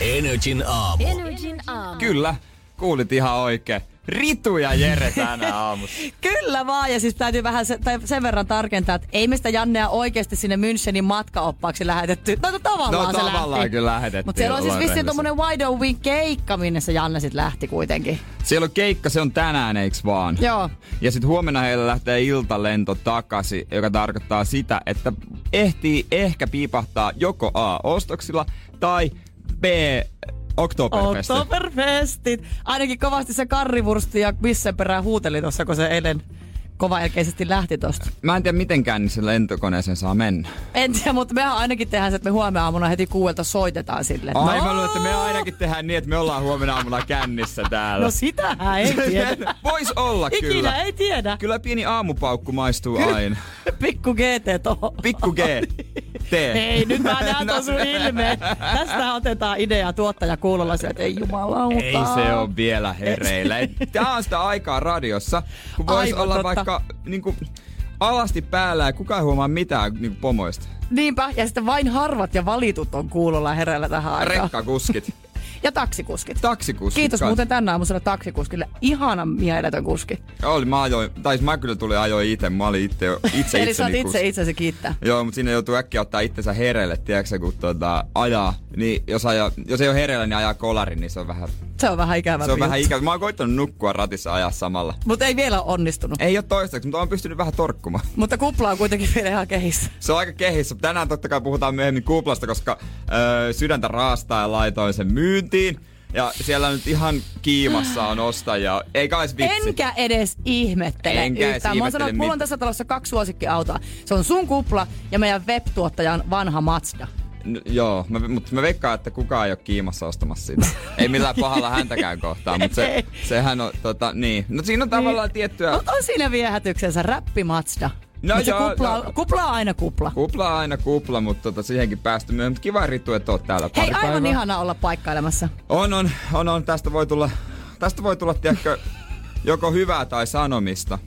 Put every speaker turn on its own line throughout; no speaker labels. Energin aamu.
Energin aamu.
Kyllä, kuulit ihan oikein. Ritu ja Jere tänä aamussa. No,
Kyllä vaan, ja siis täytyy vähän se, tai sen verran tarkentaa, että ei meistä Jannea oikeasti sinne Münchenin matkaoppaaksi lähetetty. No, no tavallaan
No
se
tavallaan
lähti.
kyllä lähetettiin,
Mutta siellä on siis
ollaan
vissiin
rehellisiä.
tommonen wide open keikka, minne se Janne sitten lähti kuitenkin.
Siellä on keikka, se on tänään, eiks vaan?
Joo.
Ja sitten huomenna heillä lähtee iltalento takaisin, joka tarkoittaa sitä, että ehtii ehkä piipahtaa joko A. ostoksilla tai B. Oktoberfestillä.
Oktoberfestit. Ainakin kovasti se karrivursti ja missenperä huuteli tuossa, kun se eilen kovaelkeisesti lähti tosta.
Mä en tiedä mitenkään niin se lentokoneeseen saa mennä.
En tiedä, mutta mehän ainakin tehdään se, että me huomenna aamuna heti kuuelta soitetaan sille. että
Ai
no,
mä luulen, että me ainakin tehdään niin, että me ollaan huomenna aamuna kännissä täällä.
No sitähän ei tiedä.
Vois olla
Ikinä
kyllä.
ei tiedä.
Kyllä pieni aamupaukku maistuu aina.
Pikku GT tohon.
Pikku G. T.
Ei, nyt mä näen ton sun ilmeen. Tästä otetaan idea tuottaja kuulolla sieltä, että ei jumalauta.
Ei se ole vielä hereillä. Ei, Tää on sitä aikaa radiossa, kun voisi
Aivan
olla
totta.
vaikka niinku, alasti päällä ja kukaan ei huomaa mitään niinku, pomoista.
Niinpä, ja sitten vain harvat ja valitut on kuulolla ja hereillä tähän aikaan.
Rekkakuskit,
Ja taksikuskit.
taksikuskit.
Kiitos
kans.
muuten tänä aamuisella taksikuskille. Ihana mieletön kuski.
Oli, mä ajoin, tai siis mä kyllä tulin ajoin itse, mä olin itse, itse
Eli sä oot
itseni
itse
kuski.
itsesi kiittää.
Joo, mutta sinne joutuu äkkiä ottaa itsensä hereille, tiedätkö, kun tuota, ajaa. Niin jos, ajaa, jos ei ole hereillä, niin ajaa kolarin, niin se on vähän,
Se on vähän ikävä
se on vähän ikävä. Mä oon koittanut nukkua ratissa ajaa samalla.
Mutta ei vielä ole onnistunut.
Ei ole toistaiseksi, mutta oon pystynyt vähän torkkumaan.
Mutta kupla on kuitenkin vielä ihan kehissä.
Se on aika kehissä. Tänään totta kai puhutaan myöhemmin kuplasta, koska öö, sydäntä raastaa ja laitoin sen myyntiin. Ja siellä nyt ihan kiimassa on ostajia. Ei kai se vitsi.
Enkä edes ihmettele
Enkä edes
yhtään. Mä oon sanonut,
ihmettele
että mulla on
mit-
tässä talossa kaksi suosikkiautoa. Se on sun kupla ja meidän web-tuottajan vanha Mazda.
N- joo, mä, mutta mä veikkaan, että kukaan ei ole kiimassa ostamassa sitä. ei millään pahalla häntäkään kohtaan, mutta se, sehän on tota, niin. No siinä on tavallaan tiettyä...
On, on siinä viehätyksensä, räppi Mazda.
No
Mut se
joo,
kupla,
joo.
on, kupla on aina kupla.
Kupla on aina kupla, mutta tota, siihenkin päästy myöhemmin. Mut Kiva Ritu, että oot täällä
Hei,
pari
aivan
päivää.
ihana olla paikkailemassa.
On, on, on, on. Tästä voi tulla, tästä voi tulla tiedätkö, joko hyvää tai sanomista.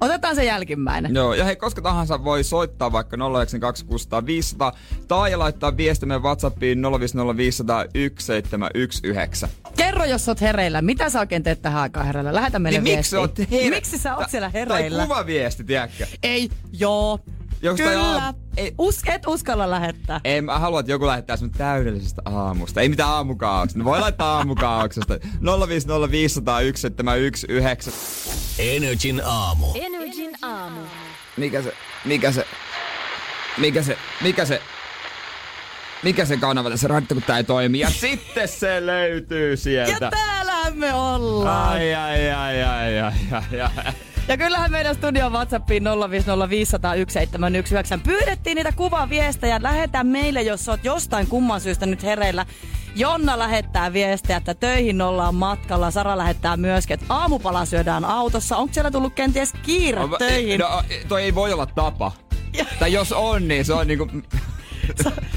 Otetaan se jälkimmäinen.
Joo, ja hei, koska tahansa voi soittaa vaikka 092600500 tai laittaa viestimme WhatsAppiin 050501719.
Kerro, jos oot hereillä. Mitä sä oikein teet tähän aikaan hereillä? Lähetä meille
Niin miksi
viestiä.
oot hereillä?
Miksi sä oot siellä hereillä?
Tai kuvaviesti, tiedätkö?
Ei, joo.
Jostain
Kyllä.
aamu- ei-
Us, et uskalla lähettää.
Ei, mä haluan, että joku lähettää sun täydellisestä aamusta. Ei mitään aamukaauksesta. Ne voi laittaa aamukaauksesta. 050501719.
Energin aamu.
Energin aamu.
Mikä se, mikä se, mikä se, mikä se, mikä se kanava tässä radio, kun tää ei toimi. Ja sitten se löytyy
Ja
sieltä.
täällä me ollaan.
Ai, ai, ai, ai, ai, ai, ai.
Ja kyllähän meidän studion WhatsAppiin 050501719 pyydettiin niitä kuvaviestejä. Lähetä meille, jos oot jostain kumman syystä nyt hereillä. Jonna lähettää viestejä, että töihin ollaan matkalla. Sara lähettää myöskin, että aamupala syödään autossa. Onko siellä tullut kenties kiire
No,
töihin?
No, toi ei voi olla tapa.
Ja-
Tai jos on, niin se on niinku...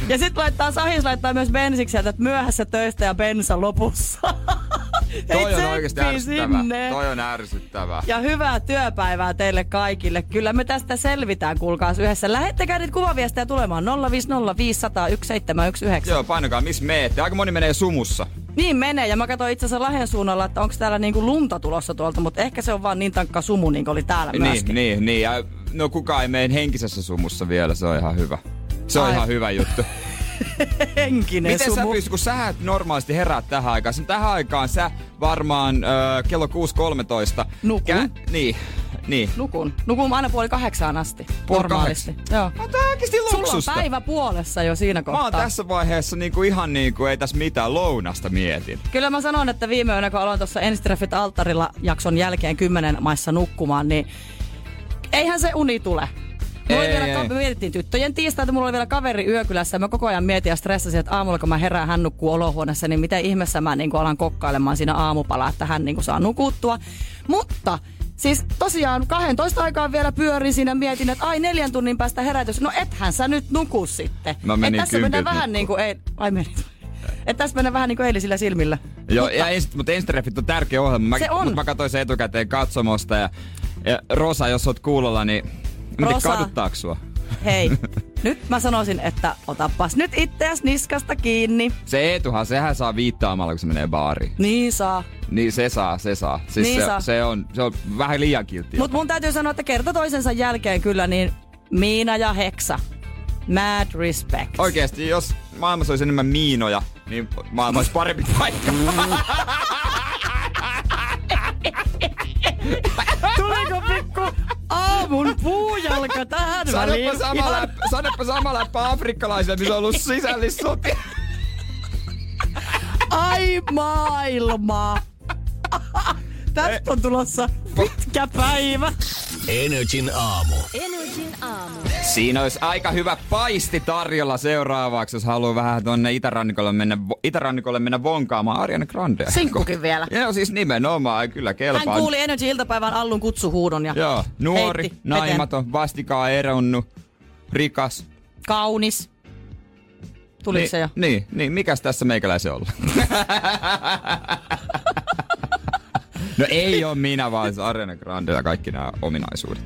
Ja sitten laittaa Sahis laittaa myös bensiksi sieltä, että myöhässä töistä ja bensa lopussa. Hei,
Toi on oikeesti
tsemppiä
ärsyttävää.
sinne.
Toi on ärsyttävää.
Ja hyvää työpäivää teille kaikille. Kyllä me tästä selvitään, kuulkaas yhdessä. Lähettäkää nyt kuvaviestejä tulemaan 050501719.
Joo, painakaa, missä meette. Aika moni menee sumussa.
Niin menee, ja mä katsoin itse asiassa Lahden suunnalla, että onko täällä niinku lunta tulossa tuolta, mutta ehkä se on vaan niin tankka sumu, niin kuin oli täällä myöskin.
Niin, niin, niin. Ja, no kukaan ei mene henkisessä sumussa vielä, se on ihan hyvä. Se on
Ai.
ihan hyvä juttu.
Henkinen
Miten sä
sumu.
pystyt, kun sä et normaalisti herää tähän aikaan? Sen tähän aikaan sä varmaan ö, kello 6.13.
Nukun.
niin, niin.
Nukun. Nukun aina puoli kahdeksaan asti.
Puoli
normaalisti. Joo.
Mä oon tää oikeesti
No. Sulla on
luksusta.
päivä puolessa jo siinä
Mä
kohtaa.
oon tässä vaiheessa niinku ihan niinku ei tässä mitään lounasta mietin.
Kyllä mä sanon, että viime yönä kun aloin tuossa Enstreffit alttarilla jakson jälkeen kymmenen maissa nukkumaan, niin eihän se uni tule. Mulla oli
Ei,
vielä,
ei.
ka- me mietittiin tyttöjen tiistaita, mulla oli vielä kaveri yökylässä ja mä koko ajan mietin ja stressasin, että aamulla kun mä herään, hän nukkuu olohuoneessa, niin miten ihmeessä mä niin alan kokkailemaan siinä aamupalaa, että hän niin saa nukuttua. Mutta Siis tosiaan 12 aikaan vielä pyörin siinä mietin, että ai neljän tunnin päästä herätys. No ethän sä nyt nuku sitten.
Mä menin
Et tässä mennään
kympiltä
vähän niin kuin, ei, ai menit. Et tässä mennään vähän niin kuin eilisillä silmillä.
Joo, mutta, ja ensi, mutta Enstreffit on tärkeä ohjelma. Mä,
Se on.
Mut mä katsoin sen etukäteen katsomosta ja, ja Rosa, jos oot kuulolla, niin miten
Rosa.
kaduttaako sua?
Hei, nyt mä sanoisin, että otapas nyt itseäs niskasta kiinni.
Se Eetuhan, sehän saa viittaamalla, kun se menee baariin.
Niin saa.
Niin se saa, se saa. Siis
Niin
se,
saa.
Se, on, se on vähän liian kilttiä.
Mutta mun täytyy sanoa, että kerta toisensa jälkeen kyllä niin Miina ja Heksa. Mad respect.
Oikeesti, jos maailmassa olisi enemmän miinoja, niin maailma olisi parempi paikka.
Mm. Tuliko pikku aamun puujalka tähän
Sanoppa sama, läppä, sanoppa sama läppä afrikkalaisille, missä on ollut sisällissoti.
Ai maailma. Tästä on tulossa pitkä päivä.
Energin aamu.
Siinä olisi aika hyvä paisti tarjolla seuraavaksi, jos haluaa vähän tuonne itärannikolle mennä, itärannikolle mennä vonkaamaan Ariana Grandea.
Sinkkukin vielä.
Joo, siis nimenomaan, kyllä kelpaa.
Hän kuuli Energy iltapäivän Allun kutsuhuudon ja
Joo, nuori,
heitti veteen.
naimaton, vastikaa eronnut, rikas.
Kaunis. Tuli
Niin,
se jo.
Niin, niin, mikäs tässä meikäläisen olla? No ei ole minä, vaan se Arena Grande ja kaikki nämä ominaisuudet.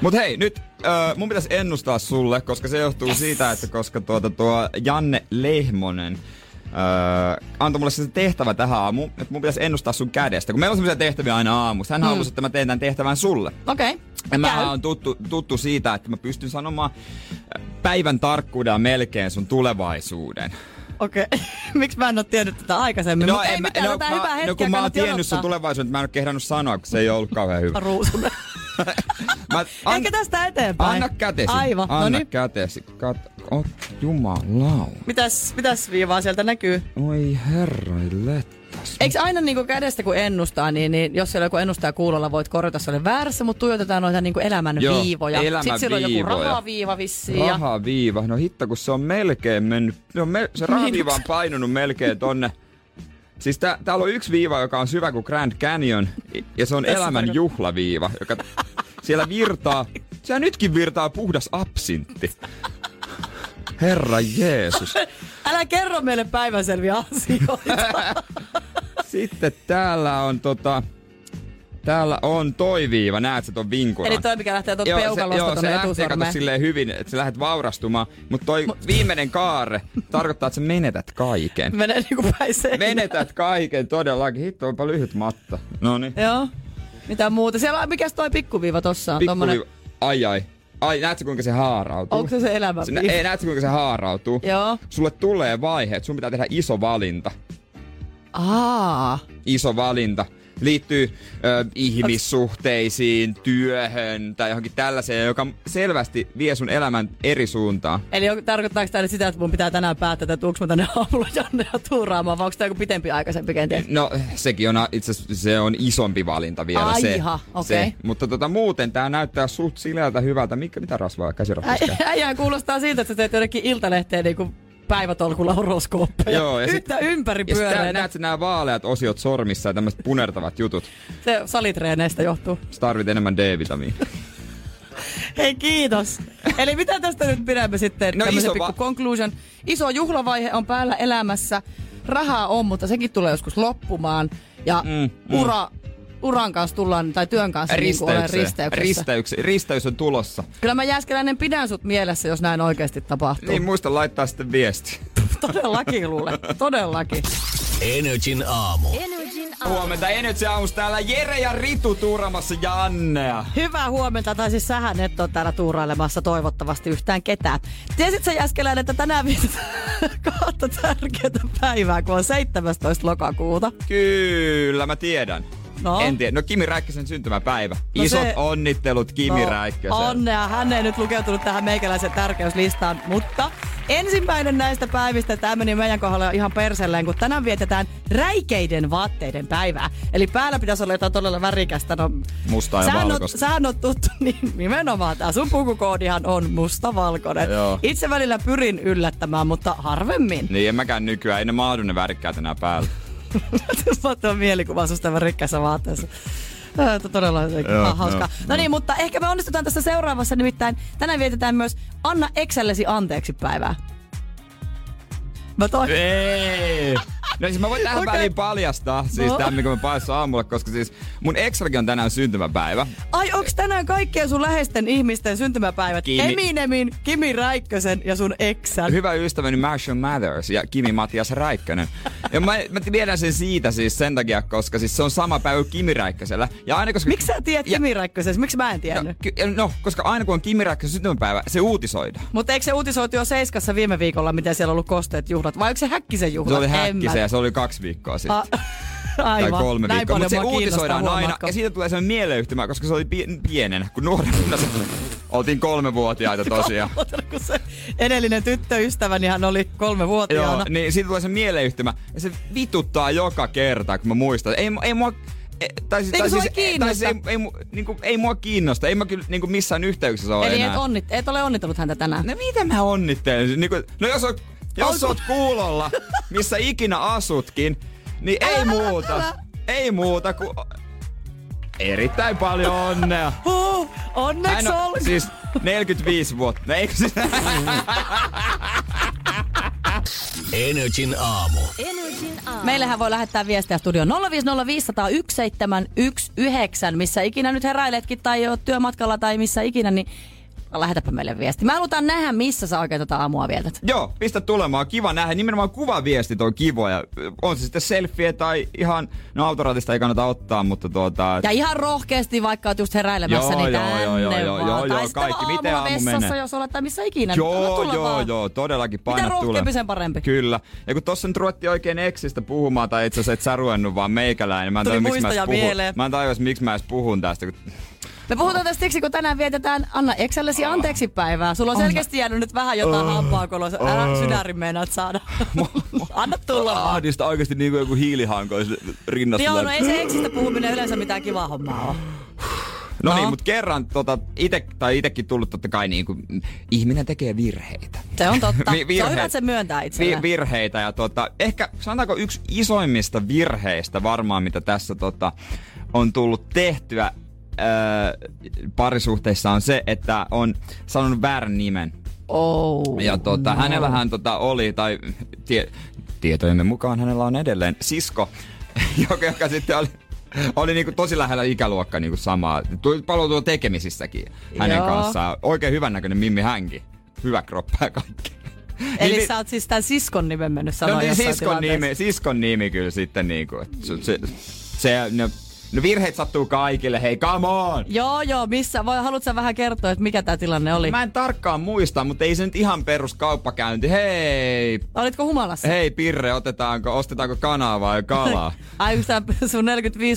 Mut hei, nyt äh, mun pitäisi ennustaa sulle, koska se johtuu yes. siitä, että koska tuota, tuo Janne Lehmonen Öö, antoi mulle se tehtävä tähän aamuun, että mun pitäisi ennustaa sun kädestä. Kun meillä on semmoisia tehtäviä aina aamusta. Hän mm. halusi, että mä teen tämän tehtävän sulle.
Okei.
Ja
Käy.
mä oon tuttu, tuttu siitä, että mä pystyn sanomaan äh, päivän tarkkuudella melkein sun tulevaisuuden.
Okei. Miksi mä en ole tiennyt tätä aikaisemmin? No, Mut ei
en mä-
mitään, no,
mä-
hyvä hetki.
no kun mä oon
kannatti
tiennyt
odottaa.
sun tulevaisuuden, että mä en oo kehdannut sanoa, kun se ei ollut kauhean hyvä.
ruusunen.
Mä,
An... Ehkä tästä eteenpäin.
Anna kätesi.
Aivan,
Anna
no niin.
kätesi. Kat... Oh, jumalau.
Mitäs, mitäs viivaa sieltä näkyy?
Oi herra, lettas.
Eikö aina niinku kädestä kun ennustaa, niin, niin jos siellä on joku ennustaja kuulolla, voit korjata, se oli väärässä, mutta tuijotetaan noita niinku elämän
Joo,
viivoja.
elämän
Sitten siellä on joku
viivoja.
rahaviiva vissiin. Ja...
Raha viiva. No hitto, kun se on melkein mennyt. Se, on me, se
Niin.
rahaviiva on painunut melkein tonne. Siis tää, täällä on yksi viiva, joka on syvä kuin Grand Canyon. Ja se on elämän juhlaviiva, joka siellä virtaa. Siellä nytkin virtaa puhdas absintti. Herra Jeesus.
Älä kerro meille päivänselviä asioita.
Sitten täällä on tota... Täällä on toi viiva, näet sä ton vinkuran.
Eli toi, mikä lähtee tuolta
Joo, se,
peukalosta
joo, se
tuonne
lähtee kato
etusormeen.
silleen hyvin, että sä lähdet vaurastumaan, mutta toi viimeinen kaare tarkoittaa, että sä menetät kaiken.
Menee niinku päin seinään.
Menetät kaiken todellakin. Hitto, onpa lyhyt matta. No niin.
Joo. Mitä muuta? Siellä on, mikäs toi pikkuviiva tossa on? Tommonen...
Ai ai. Ai, näetkö kuinka se haarautuu?
Onko se se elämän
Sinä,
viiva?
ei, näetkö kuinka se haarautuu?
Joo.
Sulle tulee vaihe, että sun pitää tehdä iso valinta.
Aa.
Iso valinta. Liittyy ö, ihmissuhteisiin, työhön tai johonkin tällaiseen, joka selvästi vie sun elämän eri suuntaan.
Eli on, tarkoittaako tämä nyt sitä, että mun pitää tänään päättää, että onko mä tänne aamulla Jannea tuuraamaan, vai onko tämä joku pitempi aikaisempi kenties?
No sekin on a- itse asiassa se on isompi valinta vielä
Ai
se.
jaha,
se.
okei.
Mutta tota, muuten tämä näyttää suht sileältä hyvältä. Mikä, mitä rasvaa käsirasvaa?
Ä- Äijää kuulostaa siltä, että sä teet jonnekin iltalehteen niin kuin päivätolkulla horoskooppeja.
Joo, ja sit-
Yhtä ympäri
Ja sitten tää-
pyöreänä.
näet sä nämä vaaleat osiot sormissa ja tämmöiset punertavat jutut.
Se salitreeneistä johtuu.
Sä tarvit enemmän D-vitamiinia.
Hei, kiitos. Eli mitä tästä nyt pidämme sitten?
No,
Tämmöisen
iso
pikku
va-
conclusion. Iso juhlavaihe on päällä elämässä. Rahaa on, mutta sekin tulee joskus loppumaan. Ja
Mm,
mm,
mm.
ura, uran kanssa tullaan, tai työn kanssa niin kuin olen risteyksessä.
Risteyks, risteys on tulossa.
Kyllä mä Jääskeläinen pidän sut mielessä, jos näin oikeasti tapahtuu.
Niin muista laittaa sitten viesti.
Todellakin luulen, todellakin.
Energin aamu.
Huomenta Energy Aamus täällä Jere ja Ritu tuuramassa Jannea.
Hyvää huomenta, tai siis sähän et ole täällä tuurailemassa toivottavasti yhtään ketään. Tiesit sä Jääskeläinen, että tänään vietetään kahta tärkeää päivää, kun on 17. lokakuuta.
Kyllä, mä tiedän.
No.
En tiedä. No Kimi Räikkösen syntymäpäivä.
No
No Isot
se-
se... onnittelut Kimi no, Räikkösen.
Onnea, hän ei nyt lukeutunut tähän meikäläisen tärkeyslistaan, mutta ensimmäinen näistä päivistä, tämä meni meidän kohdalla jo ihan perselleen, kun tänään vietetään räikeiden vaatteiden päivää. Eli päällä pitäisi olla jotain todella värikästä. No,
Mustaa ja
sähän
valkoista.
Sähän on tuttu, niin nimenomaan tämä sun pukukoodihan on mustavalkoinen.
Joo.
Itse välillä pyrin yllättämään, mutta harvemmin.
Niin en mäkään nykyään, ei ne mahdu ne värikkäät enää päällä.
Mä oon mielikuva susta rikkässä vaatteessa. Tää on Todella
Joo,
ah, hauskaa.
joo,
No niin, mutta ehkä me onnistutaan tässä seuraavassa. Nimittäin tänään vietetään myös Anna Excellesi anteeksi päivää. Mä toi...
Ei. No siis mä voin tähän
Okei.
okay. väliin paljastaa, siis
No.
no. tämän, mikä mä paljastan aamulla, koska siis mun ekstrakin on tänään syntymäpäivä.
Ai, onks tänään kaikkien sun läheisten ihmisten syntymäpäivät?
Kimi-
Eminemin, Kimi Räikkösen ja sun eksän.
Hyvä ystäväni Marshall Mathers ja Kimi Matias Räikkönen. Ja mä, mä tiedän sen siitä siis sen takia, koska siis se on sama päivä kuin Kimi Räikkösellä. Ja aina koska...
Miksi sä tiedät
Ja-
Kimi Räikkösen? Miksi mä en
No,
tiennyt?
ky- no, koska aina kun on Kimi Räikkösen syntymäpäivä, se uutisoidaan.
Mutta eikö se uutisoitu jo Seiskassa viime viikolla, miten siellä on ollut kosteet juhlat? Vai onko se Häkkisen juhlat?
Se oli
En mä
häkkisen ja se oli kaksi viikkoa sitten.
A- Aivan.
tai kolme
Näin
viikkoa.
paljon
Mutta se
mua kiinnostaa,
uutisoidaan aina.
huomaatko?
Ja siitä tulee semmoinen mieleyhtymä, koska se oli pien- pienen, kun nuorena se- oltiin kolmevuotiaita tosiaan.
Otan, kun se edellinen tyttöystäväni hän oli kolme vuotiaana.
Joo, niin siitä tulee se mieleyhtymä. Ja se vituttaa joka kerta, kun mä muistan. Ei, mu- ei mua... e- Tai, siis-
Eikö
tai
sua
siis,
ei
tai siis ei,
kiinnosta?
ei, mu- niinku, ei mua kiinnosta. Ei mä kyllä niinku missään yhteyksissä ole
Eli et,
enää.
onnit, et ole onnitellut häntä tänään.
No mitä mä onnittelen? Niinku, no jos, on, jos
Onko-
oot kuulolla, missä ikinä asutkin, niin ei
Älä,
muuta.
älä.
Ei muuta kuin... Erittäin paljon onnea.
Huh, onneksi
Hän on
olkoon.
Siis 45 vuotta. No Eikö siis?
Energin aamu.
Meillähän voi lähettää viestiä studioon 050501719, missä ikinä nyt heräiletkin tai oot työmatkalla tai missä ikinä, niin lähetäpä meille viesti. Mä halutaan nähdä, missä sä oikein tätä aamua vietät.
Joo, pistä tulemaan. Kiva nähdä. Nimenomaan kuvaviestit on kivoja. On se sitten selfie tai ihan... No autoratista ei kannata ottaa, mutta tuota...
Ja ihan rohkeasti, vaikka oot just heräilemässä,
Joo,
niin
joo,
tänne
joo, joo, joo,
vaan.
joo, joo,
tai sitten
kaikki.
aamulla
Miten aamu
vessassa,
menee?
jos olet tai missä ikinä. niin
Joo,
tulla
joo,
vaan.
joo, todellakin paina
rohkeampi,
tulee.
sen parempi.
Kyllä. Ja kun tossa nyt ruvettiin oikein eksistä puhumaan, tai itse asiassa et sä ruvennut vaan meikäläinen. niin Mä en
Tuli
tajua, miksi mä
muistoja
edes puhun.
mieleen.
Mä en tajua, edes, miksi mä edes puhun tästä. kun-
Me puhutaan tästä siksi, kun tänään vietetään Anna Eksellesi
Ah.
anteeksi päivää. Sulla on selkeästi jäänyt nyt vähän jotain hampaakoloa. Älä
Ah.
sydärin meinaat saada. Anna tulla vaan.
Ahdista oikeesti niinku joku hiilihanko olisi rinnassa.
Joo, no ei se eksistä puhuminen yleensä mitään kivaa hommaa ole.
No,
No.
no niin, mutta kerran tota, ite, tai itekin tullut totta kai niin kuin, ihminen tekee virheitä.
Se on totta. se on
Vi- virheet.
hyvä, että se myöntää itselleen.
Vi- virheitä ja tota, ehkä sanotaanko yksi isoimmista virheistä varmaan, mitä tässä tota, on tullut tehtyä öö, parisuhteissa on se, että on sanonut väärän nimen.
oh.
Ja tota, no. hänellähän tota oli, tai tie, tietojemme mukaan hänellä on edelleen sisko, joka, joka sitten oli, oli niinku tosi lähellä ikäluokka niinku samaa. Tuli paljon tuo tekemisissäkin hänen
Joo.
Joo. kanssaan. Oikein hyvännäköinen Mimmi hänkin. Hyvä kroppa ja kaikki.
Eli
Niin-
sä oot siis tämän siskon nimen mennyt sanoa
No niin,
jossain
siskon
tilanteessa.
nimi, siskon nimi kyllä sitten niinku. et Se, se, se, no, no virheet sattuu kaikille, hei come on!
Joo, joo, missä? Voi, haluatko sä vähän kertoa, että mikä tämä tilanne oli?
Mä en tarkkaan muista, mutta ei se nyt ihan peruskauppakäynti. Hei,
Olitko humalassa?
hei Pirre, otetaanko, ostetaanko kanaa vai kalaa?
Ai, onko tää sun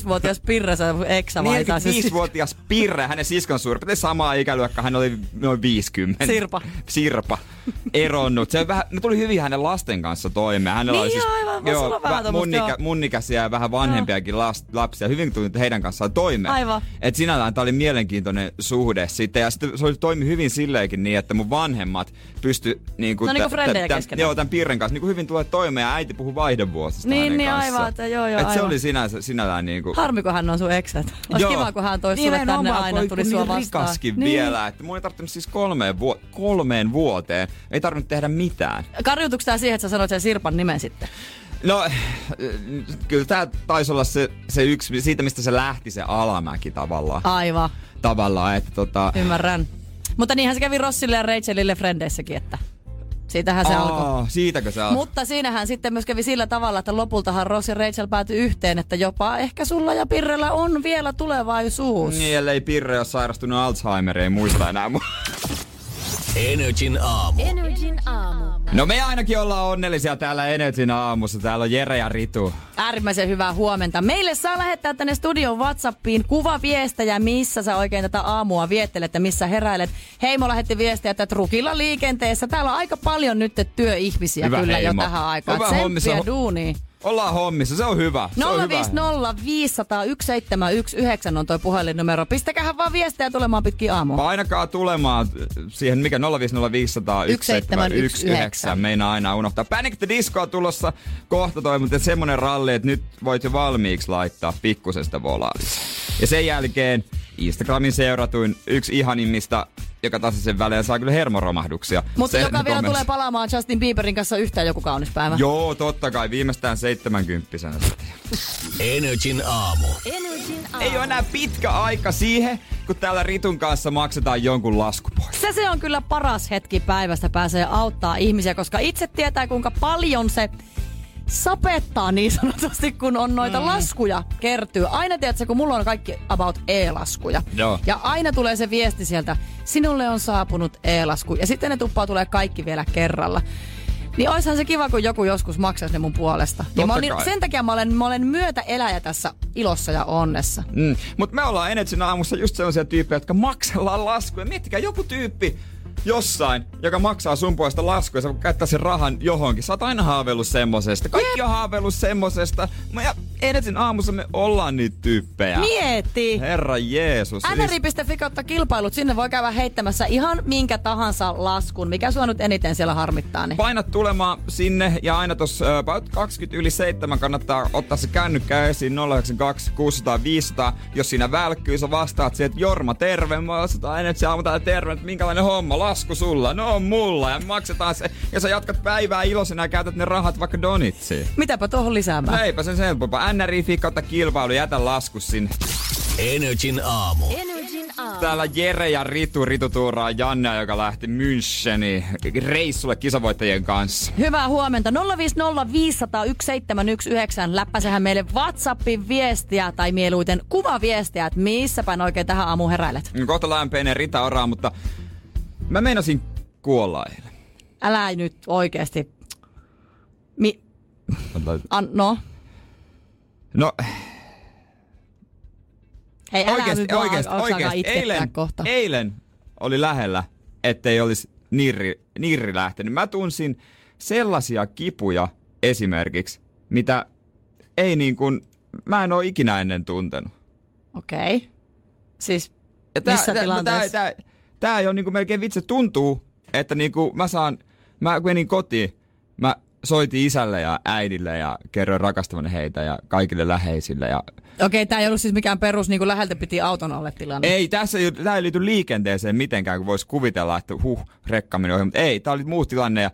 45-vuotias Pirre, sä eksä vai? tää siis-
45-vuotias Pirre, hänen siskon suurin piirtein samaa ikäluokkaa, hän oli noin 50.
Sirpa.
Sirpa. Eronnut. Se on vähän, ne tuli hyvin hänen lasten kanssa toimeen. Hänellä
Niin
oli siis,
joo, aivan, vaan sulla on vähän tommosta,
mun,
joo.
ikä, mun ikäisiä ja vähän vanhempiakin las, lapsia. Hyvin tuli heidän kanssaan toimeen.
Aivan.
Et sinällään tämä oli mielenkiintoinen suhde sitten. Ja sitten se oli, toimi hyvin silleenkin niin, että mun vanhemmat pysty niin kuin,
No niinku frendejä keskenään.
joo, tämän Pirren kanssa niin kuin hyvin tulee toimeen ja äiti puhui vaihdevuosista
Niin,
hänen
niin,
kanssa.
aivan, että joo, joo,
Et se
aivan.
oli sinänsä, sinällään niin kuin,
Harmi, kun hän on sun eksä. Olisi
Joo.
kiva, kun hän toisi sulle tänne
Nimenomaan,
aina,
kun
tuli
oli
sua
niin
vastaan.
rikaskin vielä, että mun ei tarvinnut siis kolmeen, vuo- kolmeen vuoteen, ei tarvinnut tehdä mitään.
Karjutuks tää siihen, että sä sanoit sen Sirpan nimen sitten?
No, äh, kyllä tää taisi olla se, se yksi, siitä mistä se lähti se alamäki tavallaan. Ah.
Aivan,
Tavallaan, että tota...
ymmärrän. Mutta niinhän se kävi Rossille ja Rachelille Frendeissäkin, että siitähän se alkoi.
Aa, Siitäkö se alkoi?
Mutta siinähän sitten myös kävi sillä tavalla, että lopultahan Ross ja Rachel päätyi yhteen, että jopa ehkä sulla ja Pirrellä on vielä tulevaisuus.
Niin, ellei Pirre ole sairastunut Alzheimeriin, ei muista enää. mu-
Energin aamu.
Energin aamu.
No me ainakin ollaan onnellisia täällä Energin aamussa. Täällä on Jere ja Ritu.
Äärimmäisen hyvää huomenta. Meille saa lähettää tänne studion Whatsappiin kuvaviestejä, missä sä oikein tätä aamua viettelet ja missä heräilet. Heimo lähetti viestiä, että trukilla liikenteessä. Täällä on aika paljon nyt työihmisiä
Hyvä
kyllä
Heimo.
jo tähän aikaan.
Hyvä hommissa.
Tsemppiä duunia.
Ollaan hommissa, se on hyvä. Se on hyvä.
050 500 1719 on toi puhelinnumero. Pistäkähän vaan viestejä tulemaan pitkin aamua.
Painakaa tulemaan siihen, mikä 050501719 meinaa aina unohtaa. Panic the Disco on tulossa kohta toi, mutta semmonen ralli, että nyt voit jo valmiiksi laittaa pikkusesta volaalista. Ja sen jälkeen Instagramin seuratuin yksi ihanimmista, joka tasaisen välein saa kyllä hermoromahduksia.
Mutta
Sen
joka vielä
kommentti-
tulee palaamaan Justin Bieberin kanssa yhtään joku kaunis päivä.
Joo, totta kai, viimeistään 70
Energin aamu.
Energin aamu.
Ei ole enää pitkä aika siihen, kun täällä Ritun kanssa maksetaan jonkun lasku pois.
Se, se on kyllä paras hetki päivästä pääsee auttaa ihmisiä, koska itse tietää kuinka paljon se sapettaa niin sanotusti, kun on noita mm. laskuja kertyy. Aina tiedätkö, kun mulla on kaikki about e-laskuja.
Joo.
Ja aina tulee se viesti sieltä, sinulle on saapunut e-lasku. Ja sitten ne tuppaa tulee kaikki vielä kerralla. Niin oishan se kiva, kun joku joskus maksaisi ne mun puolesta. Ja mä
Totta
olen,
kai.
sen takia mä olen, mä olen myötä eläjä tässä ilossa ja onnessa.
Mm. Mutta me ollaan Energin aamussa just sellaisia tyyppejä, jotka maksellaan laskuja. Miettikää joku tyyppi jossain, joka maksaa sun puolesta laskuja, sä voit käyttää sen rahan johonkin. Sä oot aina haaveillut semmosesta. Kaikki on haaveillut semmosesta. Mä- Ja Energin aamussa me ollaan niitä tyyppejä.
Mieti!
Herra Jeesus. Siis
NRI.fi kautta kilpailut, sinne voi käydä heittämässä ihan minkä tahansa laskun, mikä sua nyt eniten siellä harmittaa. Niin.
Paina tulemaan sinne ja aina tuossa about 20 yli 7 kannattaa ottaa se kännykkä esiin 092 600 500. Jos siinä välkkyy, sä vastaat siihen, että Jorma terve, mä vastataan ennen, että se aamu täällä terve, että minkälainen homma, lasku sulla, no on mulla ja maksetaan se. Ja sä jatkat päivää iloisena ja käytät ne rahat vaikka donitsiin.
Mitäpä tuohon
No
lisäämään?
eipä sen helpompaa. NRI kautta kilpailu, jätä lasku sinne.
Energin aamu.
Energin aamu.
Täällä Jere ja Ritu, Ritu tuuraa Janne, joka lähti Müncheniin reissulle kisavoittajien kanssa.
Hyvää huomenta. 050 500 1719. Läppäsähän meille WhatsAppin viestiä tai mieluiten kuvaviestiä, että missä päin oikein tähän aamuun heräilet.
Mm, Kohta lämpenee Rita Oraa, mutta mä meinasin kuolla eilen.
Älä nyt oikeesti. Mi- an- no.
No,
Hei, älä
oikeesti,
nyt
oikeesti,
vaan,
oikeesti.
Eilen.
Eilen,
kohta.
eilen oli lähellä, ettei olisi nirri, nirri lähtenyt. Mä tunsin sellaisia kipuja esimerkiksi, mitä ei niin kuin, mä en oo ikinä ennen tuntenut.
Okei. Okay. Siis
Ja
Missä tilanteessa?
Tää, tää, tää ei ole niinku melkein vitsi. Tuntuu, että niinku mä saan, mä kun menin kotiin, mä soitin isälle ja äidille ja kerroin rakastavani heitä ja kaikille läheisille. Ja...
Okei, tämä ei ollut siis mikään perus, niin kuin läheltä piti auton alle tilanne.
Ei, tässä ei, tää ei liity liikenteeseen mitenkään, kun voisi kuvitella, että huh, rekka meni ohi. Mutta ei, tää oli muu tilanne ja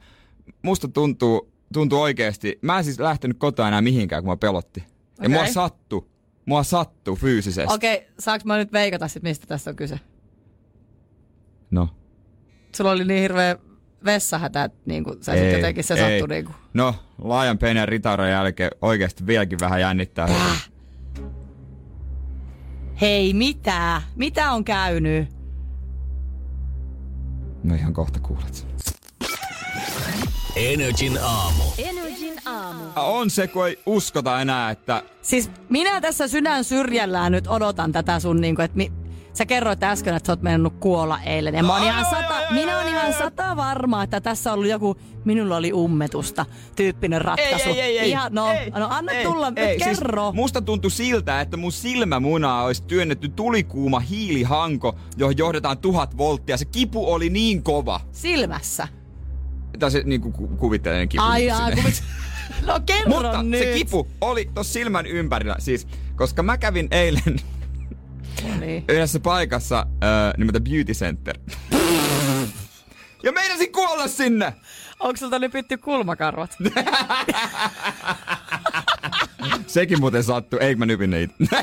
musta tuntuu, tuntuu oikeesti. Mä en siis lähtenyt kotoa enää mihinkään, kun mä pelotti. Okay. Ja mua
Okei.
sattu, mua sattu fyysisesti. Okay.
Okei, saanko mä nyt veikata sit, mistä tässä on kyse?
No.
Sulla oli niin hirveä vessahätä, että niin kuin sä sitten jotenkin se sattui niin kuin.
No, laajan penen ja ritaran jälkeen oikeasti vieläkin vähän jännittää.
Hei, mitä? Mitä on käynyt?
No ihan kohta kuulet sen.
Energin aamu.
Energin aamu.
On se, kun ei uskota enää, että
Siis minä tässä sydän syrjällään nyt odotan tätä sun niin kuin, että mi- Sä kerroit äsken, että sä oot mennyt kuolla eilen. Ja mä oon ihan sata, minä oon ihan sata varma, että tässä on ollut joku, minulla oli ummetusta, tyyppinen ratkaisu. ihan, no, no, anna tulla, nyt kerro.
Siis musta tuntui siltä, että mun silmämunaa olisi työnnetty tulikuuma hiilihanko, johon johdetaan tuhat volttia. Se kipu oli niin kova.
Silmässä.
Tai se niin kuin kuvitteellinen kipu.
Ai,
Sinne.
ai, kun... No kerro
Mutta
nyt.
se kipu oli tossa silmän ympärillä. Siis, koska mä kävin eilen
Niin.
yhdessä paikassa äh, nimeltä Beauty Center. Ja meinasin kuolla sinne!
Onko sulta nyt pitty kulmakarvat?
Sekin muuten sattuu, eikö mä nypin niitä?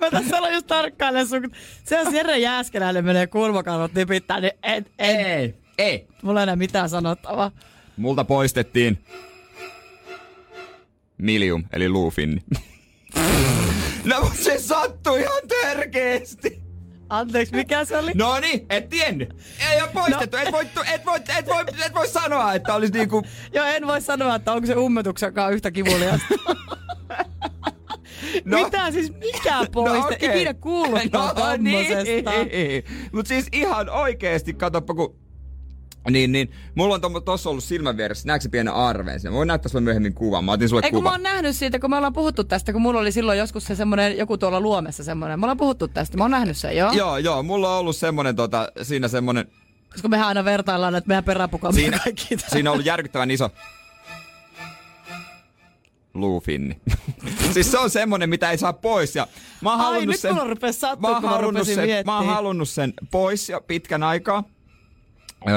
Mä tässä olen just tarkkailen sun. Se jos Jere Jääskeläinen menee kulmakarvat nipittää, niin et, et.
Ei, ei.
Mulla ei enää mitään sanottavaa.
Multa poistettiin Milium, eli luufinni. no mut se sattui ihan törkeesti.
Anteeksi, mikä se oli?
No niin, et tiennyt. Ei ole poistettu. No. Et, voi, tu- et, voi, et, voi, et voi sanoa, että olisi niinku...
Joo, en voi sanoa, että onko se ummetuksenkaan yhtä kivuliasta.
No.
no. Mitä siis, mikä poiste? No, okay. Ikinä kuullut no, tommosesta.
niin. Mut siis ihan oikeesti, katoppa kun... Niin, niin. Mulla on tommo- tossa ollut silmän vieressä. Näetkö se pienen arven sinne? Mä voin näyttää sulle myöhemmin kuvan. Mä otin sulle
Ei kun mä
kuvan.
oon nähnyt siitä, kun me ollaan puhuttu tästä, kun mulla oli silloin joskus se semmonen, joku tuolla luomessa semmonen. Me ollaan puhuttu tästä, mä oon nähnyt sen, joo.
Joo, joo. Mulla on ollut semmonen tota, siinä semmonen...
Koska mehän aina vertaillaan, että meidän peräpukamme
Siinä,
kaikki.
siinä on ollut järkyttävän iso luufinni. siis se on semmonen, mitä ei saa pois. Ja mä oon
Ai,
halunnut
nyt
sen,
mulla rupes sattuu,
mä oon
kun mä
halunnut
rupesin
sen, mä oon
miettimään.
halunnut sen pois jo pitkän aikaa. Öö,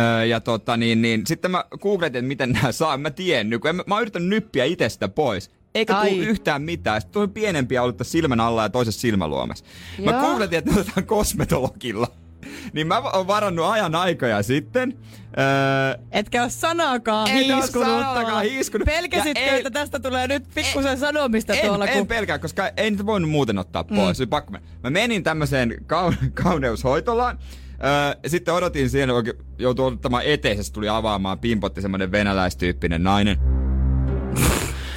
öö, ja tota, niin, niin. Sitten mä googletin, että miten nämä saa. En Mä tiennyt, kun en, mä- mä oon yrittänyt nyppiä itsestä pois. Eikä tuu
Ai.
yhtään mitään. Sitten tuli pienempiä ollut tässä silmän alla ja toisessa silmäluomessa. Mä
Joo.
googletin, että ne otetaan kosmetologilla. Niin mä oon varannut ajan aikoja sitten. Öö,
Etkä ole sanaakaan
En oo
hiiskunut.
sanaakaan hiiskunut.
Pelkäsitkö,
Ja ei-
että tästä tulee nyt pikkusen sanomista
en,
tuolla,
en
kun...
pelkää, koska ei niitä voinut muuten ottaa pois. Mm. Oli pakko mennä. Mä menin tämmöiseen kau- kauneushoitolaan. Öö, sitten odotin siinä, kun joutui ottamaan eteisessä, tuli avaamaan pimpotti semmonen venäläistyyppinen nainen.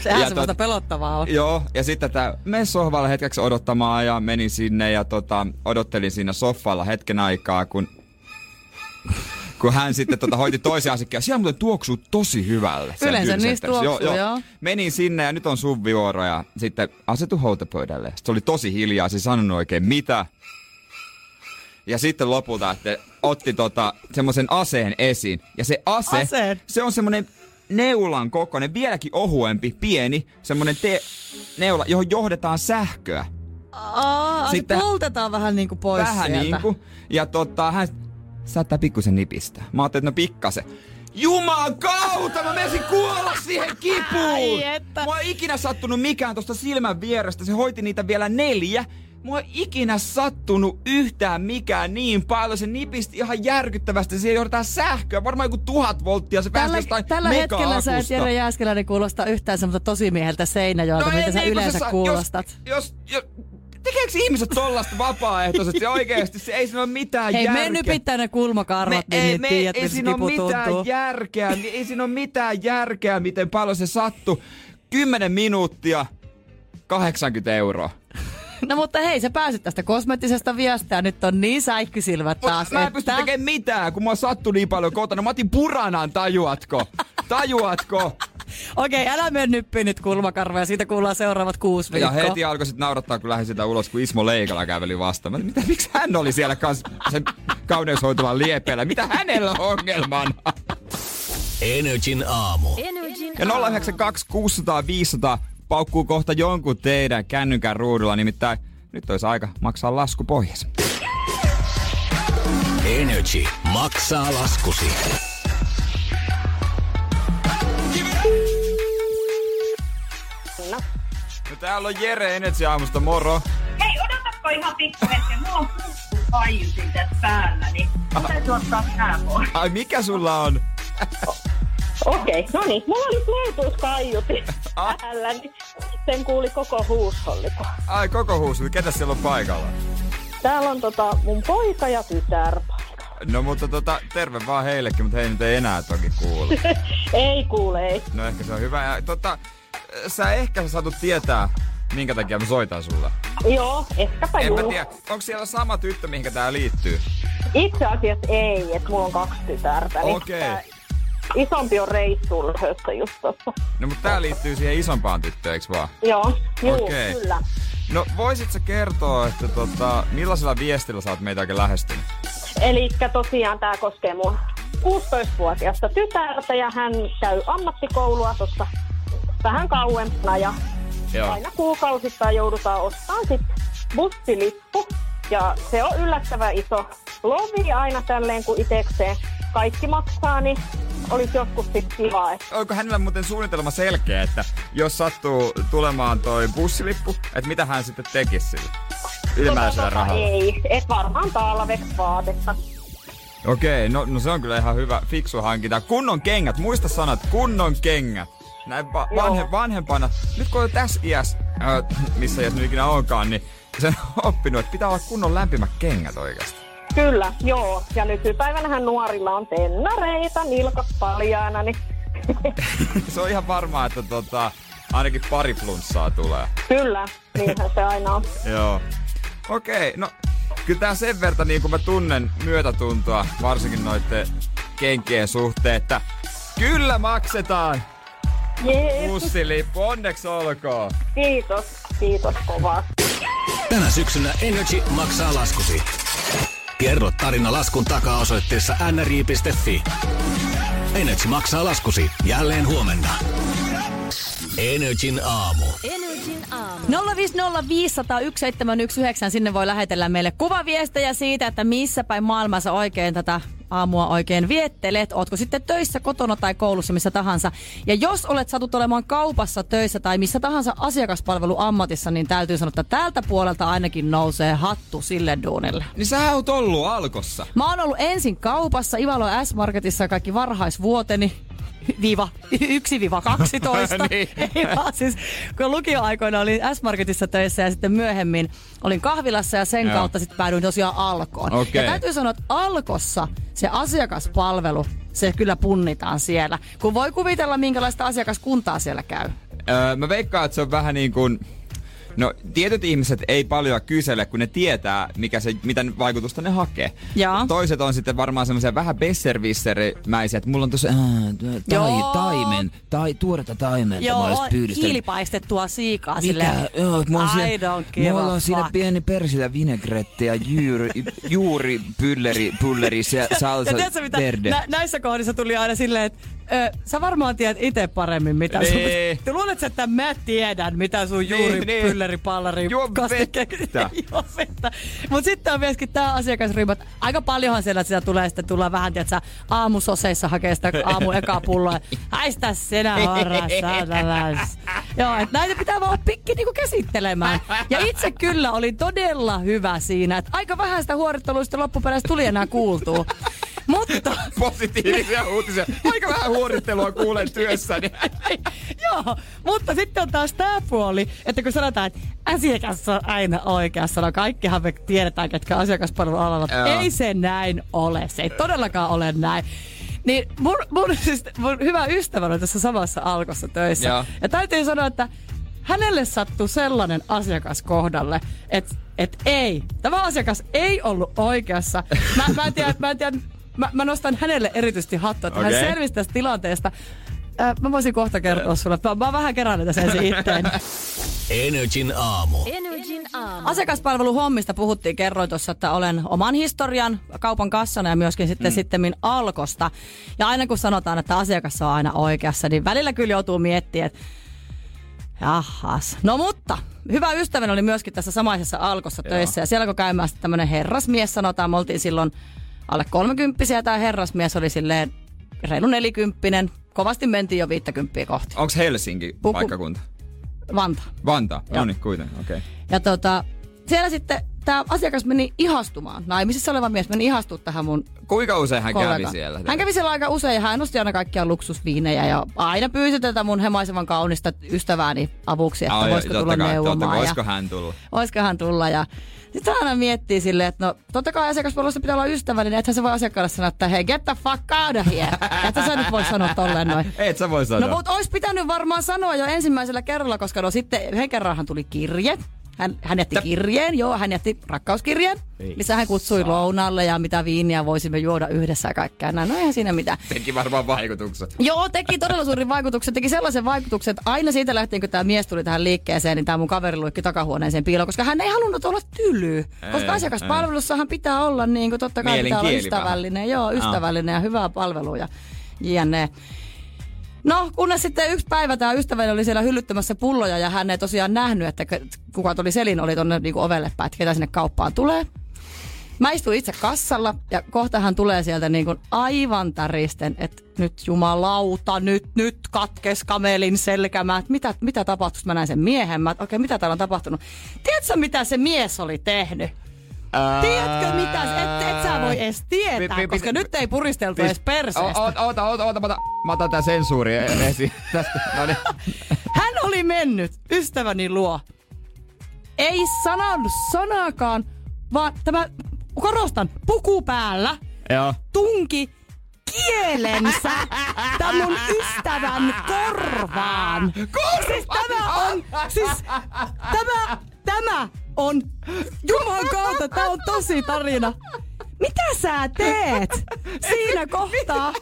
Sehän
ja tota-
semmoista
tot-
pelottavaa on.
Joo, ja sitten tää, menin sohvalle hetkeksi odottamaan ja menin sinne ja tota, odottelin siinä sohvalla hetken aikaa, kun kun hän sitten tota, hoiti toisen asiakkaan. Siellä muuten tuoksuu tosi hyvälle. siellä
Yleensä
Beauty
niistä
Centerissä.
tuoksuu, joo.
Menin sinne ja nyt on sun vuoro ja sitten asetu houtapöydälle. Sitten se oli tosi hiljaa, se ei sanonut oikein mitä. Ja sitten lopulta, että otti tota, semmoisen aseen esiin. Ja se ase,
Aseen?
se on semmoinen neulan kokoinen, vieläkin ohuempi, pieni, semmoinen te- neula, johon johdetaan sähköä.
Aa, Sitten...
Sitten-
se poltetaan vähän niinku pois
Vähän
sieltä.
niinku. Ja tota, hän saattaa pikkusen nipistää. Mä ajattelin, että no pikkasen. Juman kautta, mä menisin kuolla siihen kipuun!
Ai että.
Mua ei ikinä sattunut mikään tosta silmän vierestä, se hoiti niitä vielä neljä. Mua ei ikinä sattunut yhtään mikään niin paljon, se nipisti ihan järkyttävästi, siihen johdetaan sähköä, varmaan joku tuhat volttia, se pääsi
Tällä,
jostain
tällä hetkellä sä et
mega-akusta.
Jere Jääskeläinen kuulosta yhtään semmoista tosimieheltä Seinäjoelta, no, mitä
ei,
sä
niin, kun
yleensä
saa-
kuulostat.
Jos, jos, jos, tekeekö ihmiset tollasta vapaaehtoisesti oikeesti? Se ei siinä ole mitään
Hei,
järkeä.
me nypittää ne kulmakarvat,
Me-
niin
ei,
ei,
me,
tiedät,
ei
miltä se
siinä
kipu
ole mitään
tuntuu.
järkeä, niin ei siinä ole mitään järkeä, miten paljon se sattuu. 10 minuuttia, 80 euroa.
No mutta hei, sä pääsit tästä kosmettisesta viestistä ja nyt on niin säikkysilmät
Mut
taas,
mä en pysty
että...
tekemään mitään, kun mua sattui niin paljon kotona. Mä otin puranan, tajuatko? Tajuatko?
Okei, älä mene nyppiin nyt kulmakarvoja, siitä kuullaan seuraavat kuusi
No Ja
viikkoa.
heti alkoi sitten naurattaa, kun lähdin sitä ulos, kun Ismo Leikala käveli vastaan. Mä olin, mitä, miksi hän oli siellä kans sen kauneushoitolan liepeillä? Mitä hänellä on ongelmana?
Energin aamu.
Energin
Ja
aamu.
092 600 500 paukkuu kohta jonkun teidän kännykän ruudulla. Nimittäin nyt olisi aika maksaa lasku pois.
Energy maksaa laskusi.
No täällä on Jere Energy aamusta, moro.
Hei, odotatko ihan pikku hetken? Mulla on kurkku kaiutin tässä päällä, niin mun täytyy ottaa tää pois.
Ai mikä sulla on?
Okei, no niin. Mulla oli Bluetooth-kaiutin päällä, niin sen kuuli koko huusholliko.
Ai koko huusu, ketä siellä on paikalla?
Täällä on tota mun poika ja tytär.
No mutta tota, terve vaan heillekin, mutta hei nyt ei enää toki kuule.
Ei kuule, ei.
No ehkä se on hyvä. Ja, tota, sä ehkä saatut tietää, minkä takia mä soitan sulla.
Joo, ehkäpä
En
juu.
mä tiedä, onko siellä sama tyttö, mihinkä tää liittyy?
Itse asiassa ei, että mulla on kaksi tytärtä. niin
Okei.
tää Isompi on reissuun lähdössä just tossa.
No mutta tää liittyy siihen isompaan tyttöön, eiks vaan?
Joo, juu,
Okei.
kyllä.
No voisit sä kertoa, että tota, millaisella viestillä sä oot meitä oikein lähestynyt?
Eli tosiaan tämä koskee mua 16-vuotiaasta tytärtä ja hän käy ammattikoulua tuossa vähän kauempana ja
Joo.
aina kuukausittain joudutaan ostamaan sit bussilippu. Ja se on yllättävän iso lovi aina tälleen, kun itekseen kaikki maksaa, niin olisi joskus sit kiva, että
Onko hänellä muuten suunnitelma selkeä, että jos sattuu tulemaan toi bussilippu, että mitä hän sitten tekisi sillä ylimääräisellä
tota,
rahalla?
ei. Et varmaan talveksi vaatetta.
Okei, no, no se on kyllä ihan hyvä, fiksu hankinta. Kunnon kengät, muista sanat, kunnon kengät. Näin va-
Joo.
vanhe- vanhempana, nyt kun on tässä iässä, äh, missä iässä nyt ikinä onkaan, niin sen oppinut, että pitää olla kunnon lämpimät kengät oikeasti.
Kyllä, joo. Ja nykypäivänähän nuorilla on tennareita, nilkat paljaana, niin
Se on ihan varmaa, että tota, ainakin pari flunssaa tulee.
kyllä, niinhän se aina on.
Joo. Okei, no kyllä tää sen verran niin kun mä tunnen myötätuntoa, varsinkin noiden kenkien suhteen, että kyllä maksetaan
Jees,
bussilippu, onneksi olkoon.
kiitos, kiitos kovasti.
Tänä syksynä Energy maksaa laskusi. Kerro tarina laskun takaa osoitteessa nri.fi. Energy maksaa laskusi jälleen huomenna. Energin aamu.
Energin aamu.
050501719, sinne voi lähetellä meille kuvaviestejä siitä, että missä päin maailmassa oikein tätä aamua oikein viettelet. Ootko sitten töissä, kotona tai koulussa, missä tahansa. Ja jos olet satut olemaan kaupassa töissä tai missä tahansa asiakaspalveluammatissa, niin täytyy sanoa, että tältä puolelta ainakin nousee hattu sille duunille.
Niin sä oot ollut alkossa.
Mä oon ollut ensin kaupassa Ivalo S-Marketissa kaikki varhaisvuoteni. Viiva, 1-12.
Niin.
Ei vaan siis, kun lukioaikoina olin S-Marketissa töissä ja sitten myöhemmin olin kahvilassa ja sen
Joo.
kautta sitten päädyin tosiaan Alkoon.
Okei.
Ja täytyy sanoa, että Alkossa se asiakaspalvelu, se kyllä punnitaan siellä. Kun voi kuvitella, minkälaista asiakaskuntaa siellä käy.
Öö, mä veikkaan, että se on vähän niin kuin... No, tietyt ihmiset ei paljon kysele, kun ne tietää, mikä se, mitä ne- vaikutusta ne hakee.
Jaa.
Toiset on sitten varmaan semmoisia vähän besservisserimäisiä, että mulla on tossa äh,
Joo.
Tai, taimen, tai tuoretta taimenta mä
Joo,
olisin pyydystänyt.
hiilipaistettua siikaa
Mitä? Joo, mulla on,
I
siinä,
don't give
mulla
a
on siinä
fuck.
pieni persillä vinegretti ja juuri, juuri pylleri, pylleri se salsa
ja tiedätkö mitä?
verde.
Nä, näissä kohdissa tuli aina silleen, että ö, sä varmaan tiedät itse paremmin, mitä sun...
Niin.
Te luulet, että mä tiedän, mitä sun
Niin,
juuri
niin.
pylleri, pallari,
Juo
kastike...
vettä.
Juo vettä. Mut sitten on myöskin tää asiakasryhmä. että Aika paljonhan siellä sitä tulee, sitten tullaan vähän, tiedätkö, aamusoseissa hakee sitä aamu ekaa pulloa. Haista sinä horras, Joo, että näitä pitää vaan pikki niinku käsittelemään. Ja itse kyllä oli todella hyvä siinä, että aika vähän sitä huorittelua sitten loppuperäistä tuli enää kuultua. Mutta
positiivisia uutisia. Aika vähän huorittelua kuulen työssäni.
Joo, mutta sitten on taas tämä puoli, että kun sanotaan, että asiakas on aina oikeassa, no kaikkihan me tiedetään, ketkä asiakaspalvelun alalla.
Joo.
Ei se näin ole, se ei todellakaan ole näin. Niin mun, mun, siis, mun hyvä ystävä on tässä samassa alkossa töissä.
Joo.
Ja täytyy sanoa, että hänelle sattui sellainen asiakas kohdalle, että et ei, tämä asiakas ei ollut oikeassa. Mä, mä en tiedä, mä en tiedä, mä, mä nostan hänelle erityisesti hattua, että okay. hän
Okei.
selvisi selvisi tästä tilanteesta. Äh, Mä voisin kohta kertoa sulle. Mä, mä oon vähän kerännyt tässä ensin itteen.
Energin aamu.
Energin aamu.
Asiakaspalveluhommista puhuttiin, kerroin tuossa, että olen oman historian kaupan kassana ja myöskin sitten mm. sittemmin alkosta. Ja aina kun sanotaan, että asiakas on aina oikeassa, niin välillä kyllä joutuu miettimään, että Jahas. No mutta, hyvä ystäväni oli myöskin tässä samaisessa alkossa töissä ja siellä kun käymään sitten tämmönen herrasmies, sanotaan, me oltiin silloin alle kolmekymppisiä, tämä herrasmies oli silleen reilu nelikymppinen, kovasti mentiin jo viittäkymppiä kohti.
Onks Helsinki
Puku-
paikkakunta?
Vantaa.
Vantaa. No niin, kuitenkin, okei.
Ja tota, siellä sitten tämä asiakas meni ihastumaan. Naimisissa oleva mies meni ihastumaan tähän mun
Kuinka usein hän
kollegaan.
kävi siellä?
Hän kävi siellä aika usein ja hän osti aina kaikkia luksusviinejä ja aina pyysi tätä mun hemaisevan kaunista ystävääni avuksi, että
Ai,
voisiko
totta
tulla
kai,
neuvomaan.
totta kai,
ja-
voisiko hän tulla?
Voisikohan tulla ja sitten aina miettii silleen, että no totta kai asiakaspalvelussa pitää olla ystävällinen, että se voi asiakkaalle sanoa, että hei get the fuck out of here. että sä nyt voi sanoa tolleen noin.
Et sä voi sanoa.
No mut ois pitänyt varmaan sanoa jo ensimmäisellä kerralla, koska no sitten yhden kerranhan tuli kirje. Hän, hän jätti kirjeen, joo, hän jätti rakkauskirjeen, missä hän kutsui lounaalle ja mitä viiniä voisimme juoda yhdessä ja kaikkea. näin. No eihän siinä mitään.
Teki varmaan vaikutuksen.
Joo, teki todella suurin vaikutuksen. Teki sellaisen vaikutuksen, että aina siitä lähtien, kun tämä mies tuli tähän liikkeeseen, niin tämä mun kaveri luikki takahuoneeseen piiloon, koska hän ei halunnut olla tyly. Koska
Ei,
asiakaspalvelussahan pitää olla, niin kuin totta kai pitää olla
Mielenkieli vähän.
ystävällinen. Joo, ystävällinen ja hyvää palvelua ja jne. No, kunnes sitten yksi päivä tämä ystäväni oli siellä hyllyttämässä pulloja ja hän ei tosiaan nähnyt, että k- kuka tuli selin, oli tuonne niinku ovelle päin, että ketä sinne kauppaan tulee. Mä istuin itse kassalla ja kohta hän tulee sieltä niin kuin aivan täristen, että nyt jumalauta, nyt, nyt katkes kamelin selkämä, että mitä, mitä tapahtui, Sit mä näin sen miehen, mä, että okei, mitä täällä on tapahtunut. Tiedätkö mitä se mies oli tehnyt? Tiedätkö mitä, se- et, et sä voi edes tietää,
Pi- pi- pi-
koska nyt ei puristeltu edes perseestä.
siis- O- oota, oota, oota, oota, mä otan- mä otan tää sensuuri e- esiin tästä. No niin.
Hän oli mennyt ystäväni luo Ei sanonut sanaakaan, vaan tämä, korostan, puku päällä
Joo.
tunki kielensä tämän mun ystävän korvaan. Korvaan! Siis tämä on, siis tämä, tämä on, juman kautta, tämä on tosi tarina. Mitä sä teet siinä kohtaa?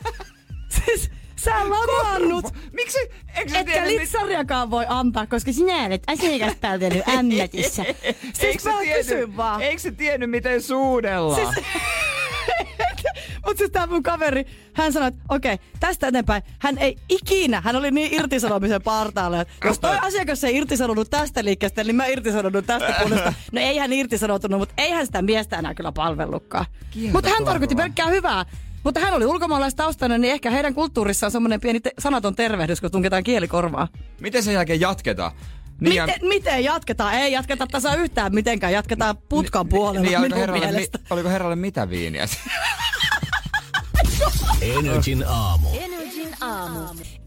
Siis sä lamannut.
Miksi? Eikö sä
Etkä
tiedä, mit-
litsariakaan voi antaa, koska sinä olet asiakaspalvelu ammatissa.
Eikö
Siis
se
mä
tiennyt-
kysyn vaan.
Eikö se tiennyt, miten suudellaan?
Siis, Mut siis tää mun kaveri, hän sanoi, että okei, tästä eteenpäin, hän ei ikinä, hän oli niin irtisanomisen partaalla, että jos toi asiakas ei irtisanonut tästä liikkeestä, niin mä irtisanoudun tästä puolesta. No ei hän irtisanoutunut, mutta eihän sitä miestä enää kyllä palvellutkaan. Mutta hän tarkoitti pelkkää hyvää. Mutta hän oli ulkomaalaistaustainen, niin ehkä heidän kulttuurissaan on semmoinen pieni te- sanaton tervehdys, kun tunketaan kieli korvaan.
Miten sen jälkeen jatketaan? Niin ja-
Miten, miten jatketaan? Ei jatketa tasa yhtään mitenkään, jatketaan putkan puolella
Niin, oliko,
minun
herralle, mi,
mielestä.
oliko herralle mitä viiniä?
Energin aamu.
Energin aamu.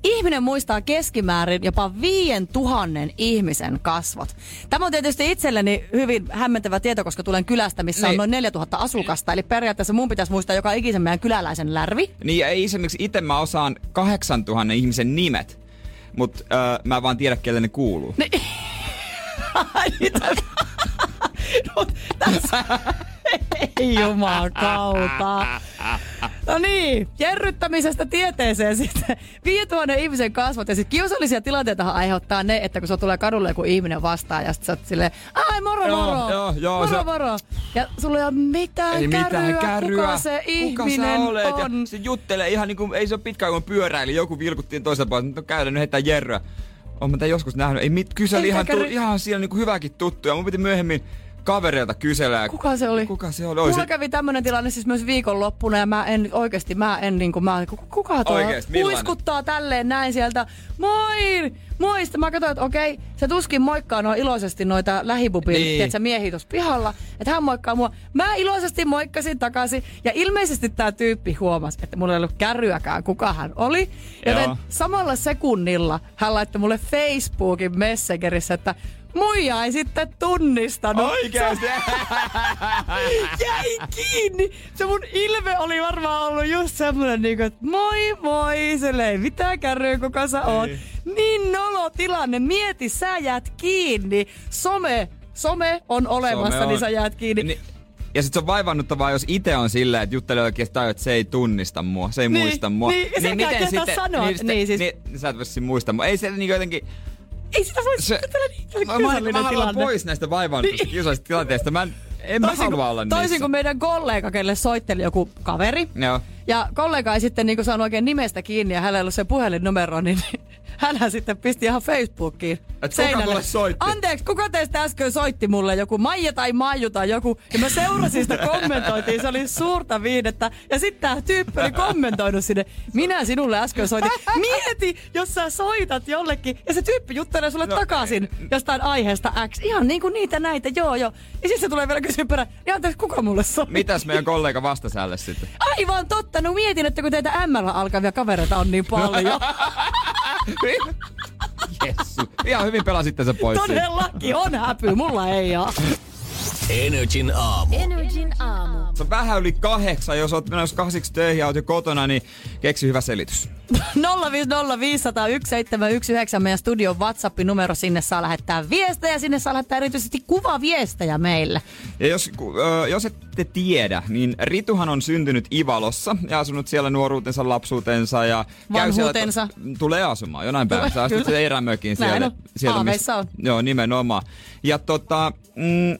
Ihminen muistaa keskimäärin jopa 5000 ihmisen kasvot. Tämä on tietysti itselleni hyvin hämmentävä tieto, koska tulen kylästä, missä
Niin.
on noin 4000 asukasta. Eli periaatteessa mun pitäisi muistaa joka ikisen meidän kyläläisen lärvi.
niin ja ei esimerkiksi itse mä osaan 8000 ihmisen nimet, mut öö, mä en vaan tiedä, kelle ne kuuluu. Ne.
No, tässä... Ei jumakauta. No niin, jerryttämisestä tieteeseen sitten. 5000 ihmisen kasvot ja sitten kiusallisia tilanteita aiheuttaa ne, että kun se tulee kadulle joku ihminen vastaan ja sitten sä oot silleen, ai moro
Joo,
moro,
joo, joo,
moro
se-
moro. Ja sulla ei ole mitään,
Ei
käryä,
mitään kärryä.
kuka se ihminen
sä olet?
on.
Ja se juttelee ihan niinku, ei se ole pitkään kun pyöräili, joku vilkuttiin toista puolesta, no nyt on käytänyt heittää jerryä. Oon mä tämän joskus nähnyt, ei mit, kyseli
Ei
ihan,
mitään
tu,
kärryä.
ihan siellä niinku hyväkin tuttuja, mun piti myöhemmin kavereilta kysellä.
Kuka se oli?
Kuka se oli? Oi,
Mulla
se,
kävi tämmönen tilanne siis myös viikonloppuna ja mä en oikeesti, mä en niinku, mä ku- kuka tuo
Oikeesti, millainen?
huiskuttaa tälleen näin sieltä, moi, moi, Sitten mä katsoin, että okei, se tuskin moikkaa noin iloisesti noita lähibubin,
Niin.
niin. tiedätkö, miehiä tuossa pihalla, että hän moikkaa mua. Mä iloisesti moikkasin takaisin ja ilmeisesti tää tyyppi huomasi, että mulla ei ollut kärryäkään, kuka hän oli. Joten
Joo.
samalla sekunnilla hän laittoi mulle Facebookin Messengerissä, että muija ei sitten tunnistanut.
Oikeesti?
jäi kiinni. Se mun ilme oli varmaan ollut just semmoinen, niin että moi moi, sille ei mitään kärryä, kuka sä oot. Niin nolo tilanne, mieti, sä jäät kiinni. Some, some on olemassa,
Some on.
niin sä jäät kiinni.
Ni- ja sit se on vaivannuttavaa, jos itse on silleen, että juttelee oikein, että tajuu, että se ei tunnista mua, se ei
Niin,
muista mua.
niin, sekään kehtaa sanoa,
Niin,
niin,
siis...
siis-
niin, sä et voi siinä muista mua. Ei se niin jotenkin...
Ei sitä voi
Se,
se, tällä niin
mä, mä,
kiusallinen
mä haluan
tilanne.
pois näistä vaivannuttavista
Niin.
kiusallisista tilanteista. Mä en, en mä
kuin-
halua olla
toisin
niissä.
kuin meidän kollega, kelle soitteli joku kaveri.
Joo.
Ja kollega ei sitten niin saanut oikein nimestä kiinni ja hänellä ei ollut se puhelinnumero, niin hänhän sitten pisti ihan Facebookiin.
kuka mulle soitti?
Anteeksi, kuka teistä äsken soitti mulle? Joku Maija tai Maiju tai joku. Ja mä seurasin sitä kommentoitiin, se oli suurta viihdettä. Ja sitten tämä tyyppi oli kommentoinut sinne, minä sinulle äsken soitin. Mieti, jos sä soitat jollekin ja se tyyppi juttelee sulle
No,
takaisin jostain aiheesta X. Ihan niin kuin niitä näitä, joo joo. Ja sitten se tulee vielä kysyä perään, niin anteeksi, kuka mulle soitti?
Mitäs meidän kollega vastasälle sitten?
Aivan totta, no mietin, että kun teitä ML alkavia kavereita on niin paljon.
Jessu. Ihan hyvin pelasitte se pois. siitä.
Todellakin on häpy, mulla ei oo.
Energin aamu.
Energin aamu.
Se on vähän yli kahdeksan. Jos oot menossa kahdeksaksi töihin ja oot jo kotona, niin keksi hyvä selitys.
050501719 meidän studion WhatsApp-numero, sinne saa lähettää viestejä, sinne saa lähettää erityisesti kuvaviestejä meille.
Ja jos, ku- ö, jos ette tiedä, niin Rituhan on syntynyt Ivalossa ja asunut siellä nuoruutensa, lapsuutensa ja... käy siellä-
Vanhuutensa.
tulee asumaan jonain päivänä. Sä
Tulee,
astut
kyllä.
sen erämökin
Näin
siellä.
on.
siellä
Haaveissa on.
Joo, nimenomaan. Ja tota... Mm,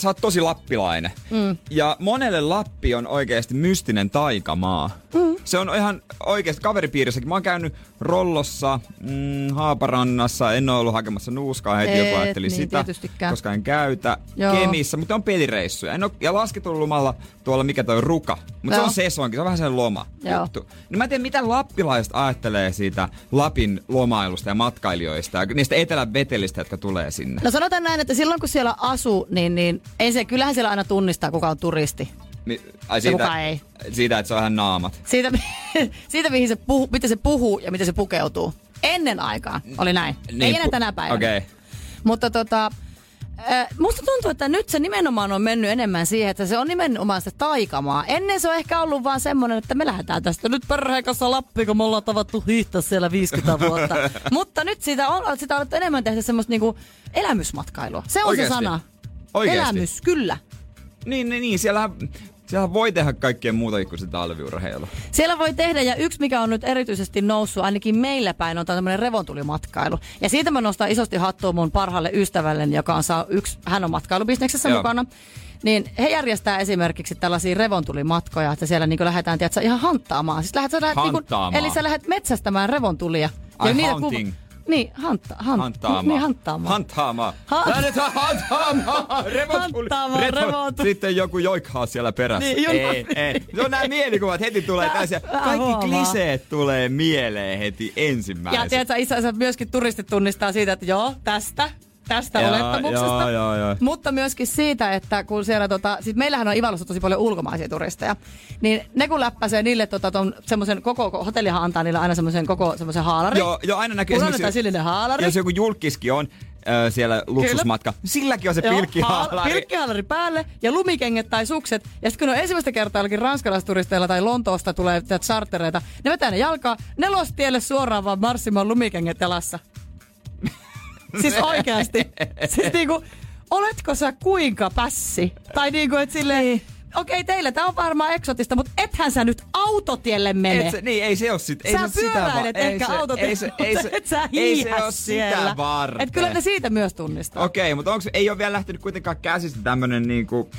sä oot tosi lappilainen. Mm. Ja monelle Lappi on oikeasti mystinen taikamaa. Mm. Se on ihan oikeasti kaveripiirissäkin. Mä oon käynyt Rollossa, mm, Haaparannassa, en oo ollut hakemassa nuuskaa heti,
Et
joku ajatteli
niin,
sitä,
tietystikään.
koska en käytä.
Joo.
Kemissä missä, mutta on pelireissuja. En ole, ja lasketelumalla tuolla mikä toi ruka. Mutta se
Joo.
on sesonki, se on vähän sen loma
Joo.
juttu. Niin mä en tiedä, mitä lappilaiset ajattelee siitä Lapin lomailusta ja matkailijoista ja niistä etelän vetelistä, jotka tulee sinne.
No sanotaan näin, että silloin kun siellä asuu, niin, niin ei se, kyllähän siellä aina tunnistaa, kuka on turisti.
Mi- Ai
kuka ei.
Siitä, että se on ihan naamat.
Siitä, siitä mihin se puhu, miten se puhuu ja miten se pukeutuu. Ennen aikaa oli näin. Niin, ei enää
pu-
tänä päivänä.
Okei. Okay.
Mutta tota, Ö, Musta tuntuu, että nyt se nimenomaan on mennyt enemmän siihen, että se on nimenomaan se taikamaa. Ennen se on ehkä ollut vaan semmoinen, että me lähdetään tästä nyt perheen kanssa Lappiin, kun me ollaan tavattu hiihtää siellä 50 vuotta. Mutta nyt siitä on, sitä on alettu enemmän tehdä semmoista niinku elämysmatkailua. Se on
Oikeesti?
se sana.
Oikeesti?
Elämys, kyllä.
Niin, niin, niin siellähän, siellähän voi tehdä kaikkea muuta kuin sitä talviurheilua.
Siellä voi tehdä, ja yksi mikä on nyt erityisesti noussut, ainakin meillä päin, on tämmöinen revontulimatkailu. Ja siitä mä nostan isosti hattua mun parhaalle ystävälleni, joka on saa yksi, hän on matkailubisneksessä
Joo.
mukana. Niin he järjestää esimerkiksi tällaisia revontulimatkoja, että siellä niin lähdetään tiedätkö, ihan hanttaamaan. Siis lähdet, sä lähdet niinku-
Hanttaamaan.
eli sä lähdet metsästämään revontulia.
Ai
kuva-
hunting.
niin, hanta, han,
Hanttaamaan.
Niin, hanttaamaan.
Hanttaamaan.
Ha-
Lähdetään hanttaamaan. Revot tuli.
Hanttaamaan,
Revot-
revot.
Sitten joku joikhaa siellä perässä.
Niin, juna-
ei, ei. Se on nämä mielikuvat heti tulee
Tää-
täysin.
tää
Kaikki
huomaa.
kliseet tulee mieleen heti ensimmäisenä.
Ja tiedätkö, itse asiassa myöskin turistit tunnistaa siitä, että joo, tästä, tästä
Joo,
olettamuksesta.
joo, joo, joo.
Mutta myöskin siitä, että kun siellä, tota, sit meillähän on Ivalossa tosi paljon ulkomaisia turisteja, niin ne kun läppäsee niille tota, ton, semmoisen koko, ko- hotellihan antaa niille aina semmoisen koko semmoisen haalarin.
Joo, joo, aina näkee
Kun annetaan sillinen haalari.
Jos joku julkiskin on äh, siellä luksusmatka, silläkin on se
Joo,
pilkkihaalari.
haal- pilkkihaalari päälle ja lumikengät tai sukset. Ja sitten kun ne on ensimmäistä kertaa jollakin ranskalaisturisteilla tai Lontoosta tulee tätä chartereita, ne vetää ne jalkaa, nelostielle suoraan vaan marssimaan lumikengät jalassa. siis oikeasti. Siis niinku, oletko sä kuinka pässi? Tai niinku, et silleen, okei teillä tää on varmaan eksotista, mutta ethän sä nyt autotielle mene.
Et se, niin, ei se ole sit, ei
sä
se sitä vaan.
pyöräilet
ei
ehkä
se-
autotielle,
ei se, ei se,
et sä
ei se
hiihä
ole
siellä.
sitä varten.
Et kyllä ne siitä myös tunnistaa.
Okei, mutta onks, ei ole vielä lähtenyt kuitenkaan käsistä tämmönen niinku,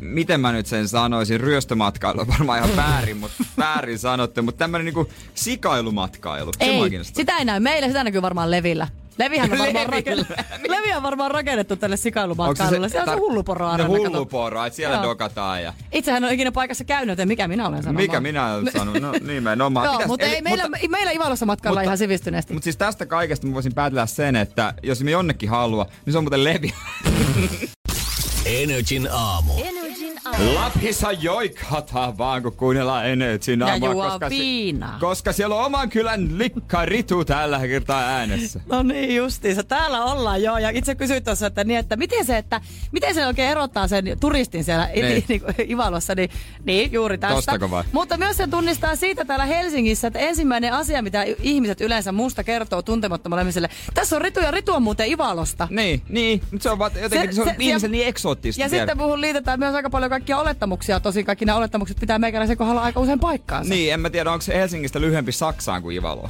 miten mä nyt sen sanoisin, ryöstömatkailu on varmaan ihan väärin, mutta väärin sanottu, mutta tämmönen niinku sikailumatkailu. Se mua
Ei,
kiinnostaa.
sitä ei näy meillä, sitä näkyy varmaan Levillä. Levihän on varmaan,
Levillä.
rakennettu, Levi on varmaan rakennettu tälle sikailumatkailulle. Se, on se
tar- No
hulluporo
Ne
arena, kato.
hulluporoa, että siellä
Joo.
dokataan ja... No
Itsehän on ikinä paikassa käynyt, joten mikä minä olen sanonut.
Mikä minä olen sanonut? No nimenomaan.
Joo,
Mitäs-
mutta
eli-
ei, meillä, mutta, meillä Ivalossa matkalla
mutta-
ihan sivistyneesti.
Mutta siis tästä kaikesta mä voisin päätellä sen, että jos me jonnekin halua, niin se on muuten levi.
Energin aamu.
Energin aamu.
Lapissa joikhataan vaan, kun kuunnellaan Energin
Ja
aamua,
juo
koska,
viinaa.
koska siellä on oman kylän likka Ritu tällä kertaa äänessä.
No niin justiinsa, täällä ollaan joo. Ja itse kysyit tuossa, että, niin, että, miten se, että miten se oikein erottaa sen turistin siellä
Niin.
niin. Niin, Ivalossa, niin, niin juuri tästä.
Tostako vai?
Mutta myös se tunnistaa siitä täällä Helsingissä, että ensimmäinen asia, mitä i- ihmiset yleensä muusta kertoo tuntemattomalle ihmiselle, tässä on Ritu ja Ritu on muuten Ivalosta.
Niin, niin. Nyt se on vaan jotenkin, se, se, on ihmisen niin eksoottista.
Ja
vielä.
sitten puhun liitetään myös aika paljon kaikkia olettamuksia. Tosin kaikki nämä olettamukset pitää meikäläisen kohdalla aika usein paikkaansa.
Niin, en mä tiedä, onko se Helsingistä lyhyempi Saksaan kuin Ivalo.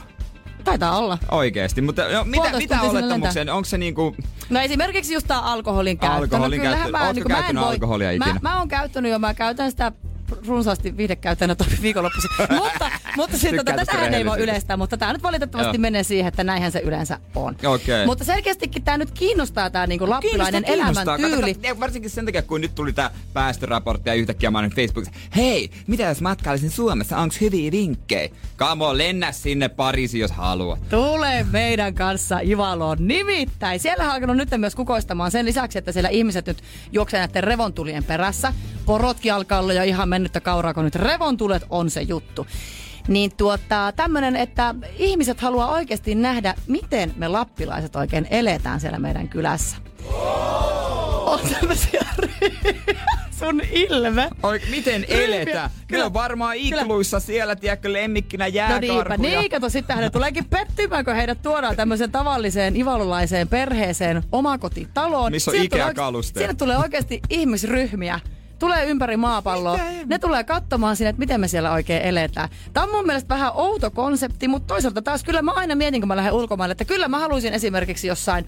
Taitaa olla.
Oikeesti, mutta no, mitä,
Puolitoista
mitä
tuntia sinne
olettamuksen? Onko se niinku...
No esimerkiksi just tää alkoholin käyttö.
Alkoholin
no, kyllähän
käyttö.
Mä,
Ootko
niin kuin, mä en
käyttänyt
voi,
alkoholia ikinä?
Mä, mä oon käyttänyt jo, mä käytän sitä runsaasti viihdekäyttäjänä toki viikonloppuisin. mutta mutta sit,
Tykkään
tota,
tästä
tätähän ei voi
rehellisyydestä.
yleistää, mutta tämä nyt valitettavasti
Joo.
menee siihen, että näinhän se yleensä on.
Okei. No
Mutta selkeästikin tämä nyt kiinnostaa tämä niinku lappilainen elämäntyyli.
Katsotaan, ja varsinkin sen takia, kun nyt tuli tää päästöraportti ja yhtäkkiä mä olin Facebookissa, hei, mitä jos matkailisin Suomessa, onks hyviä vinkkejä? Kamo, lennä sinne Pariisiin, jos haluat.
Tule meidän kanssa Ivaloon. Nimittäin siellä on alkanut nyt myös kukoistamaan sen lisäksi, että siellä ihmiset nyt juoksee näiden revontulien perässä. Porotkin alkaa olla jo ihan mennyttä kauraa, kun nyt revontulet on se juttu. Niin tuota, tämmönen, että ihmiset haluaa oikeasti nähdä, miten me lappilaiset oikein eletään siellä meidän kylässä. On tämmösiä ry- sun ilme.
Oik, miten
Ryhmiä.
eletä? Kyllä
Kyllä.
on varmaan
Kyllä.
ikluissa siellä, tiedätkö, lemmikkinä
No niinpä,
jääkarhuja.
niin kato, sittenhän ne tuleekin pettymään, kun heidät tuodaan tämmöiseen tavalliseen ivalulaiseen perheeseen omakotitaloon.
Missä on
Sinne tulee
Ikea-kalusteet.
oike- Sinne tulee oikeasti ihmisryhmiä. Tulee ympäri maapalloa. Ne tulee katsomaan sinne, että miten me siellä oikein eletään. Tämä on mun mielestä vähän outo konsepti, mutta toisaalta taas kyllä mä aina mietin, kun mä lähden ulkomaille, että kyllä mä haluaisin esimerkiksi jossain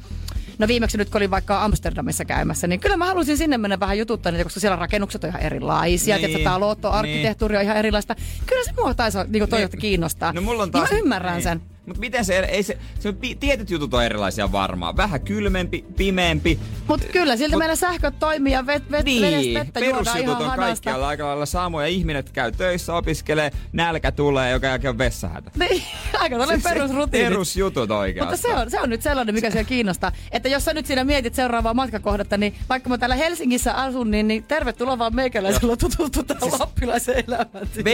No viimeksi nyt, kun olin vaikka Amsterdamissa käymässä, niin kyllä mä halusin sinne mennä vähän jututtaa niitä, koska siellä rakennukset on ihan erilaisia.
Niin.
Niin. Tiedätkö, talot on,
Niin.
arkkitehtuuri on ihan erilaista. Kyllä se mua taisi niin toivottavasti kiinnostaa.
No mulla on taas...
Niin mä ymmärrän
niin.
sen.
Mut miten se, ei se, se pi- tietyt jutut on erilaisia varmaan. Vähän kylmempi, pimeämpi.
Mutta kyllä, siltä
Mut-
Mut, meillä sähköt toimii ja vet, vet,
Niin,
vedestä vettä juodaan
perusjutut
ihan
on
hanasta.
kaikkialla aika lailla samoja. Ihmiset käy töissä, opiskelee, nälkä tulee, joka jälkeen on vessahätä.
Niin, aika tällainen perusrutiini.
Siis Perusjutut oikeastaan.
Mutta se on, se on nyt sellainen, mikä siellä kiinnostaa. Että jos sä nyt siinä mietit seuraavaa matkakohdetta, niin vaikka mä täällä Helsingissä asun, niin, niin tervetuloa vaan meikäläisellä tutustu tähän siis... lappilaisen elämäntyyn.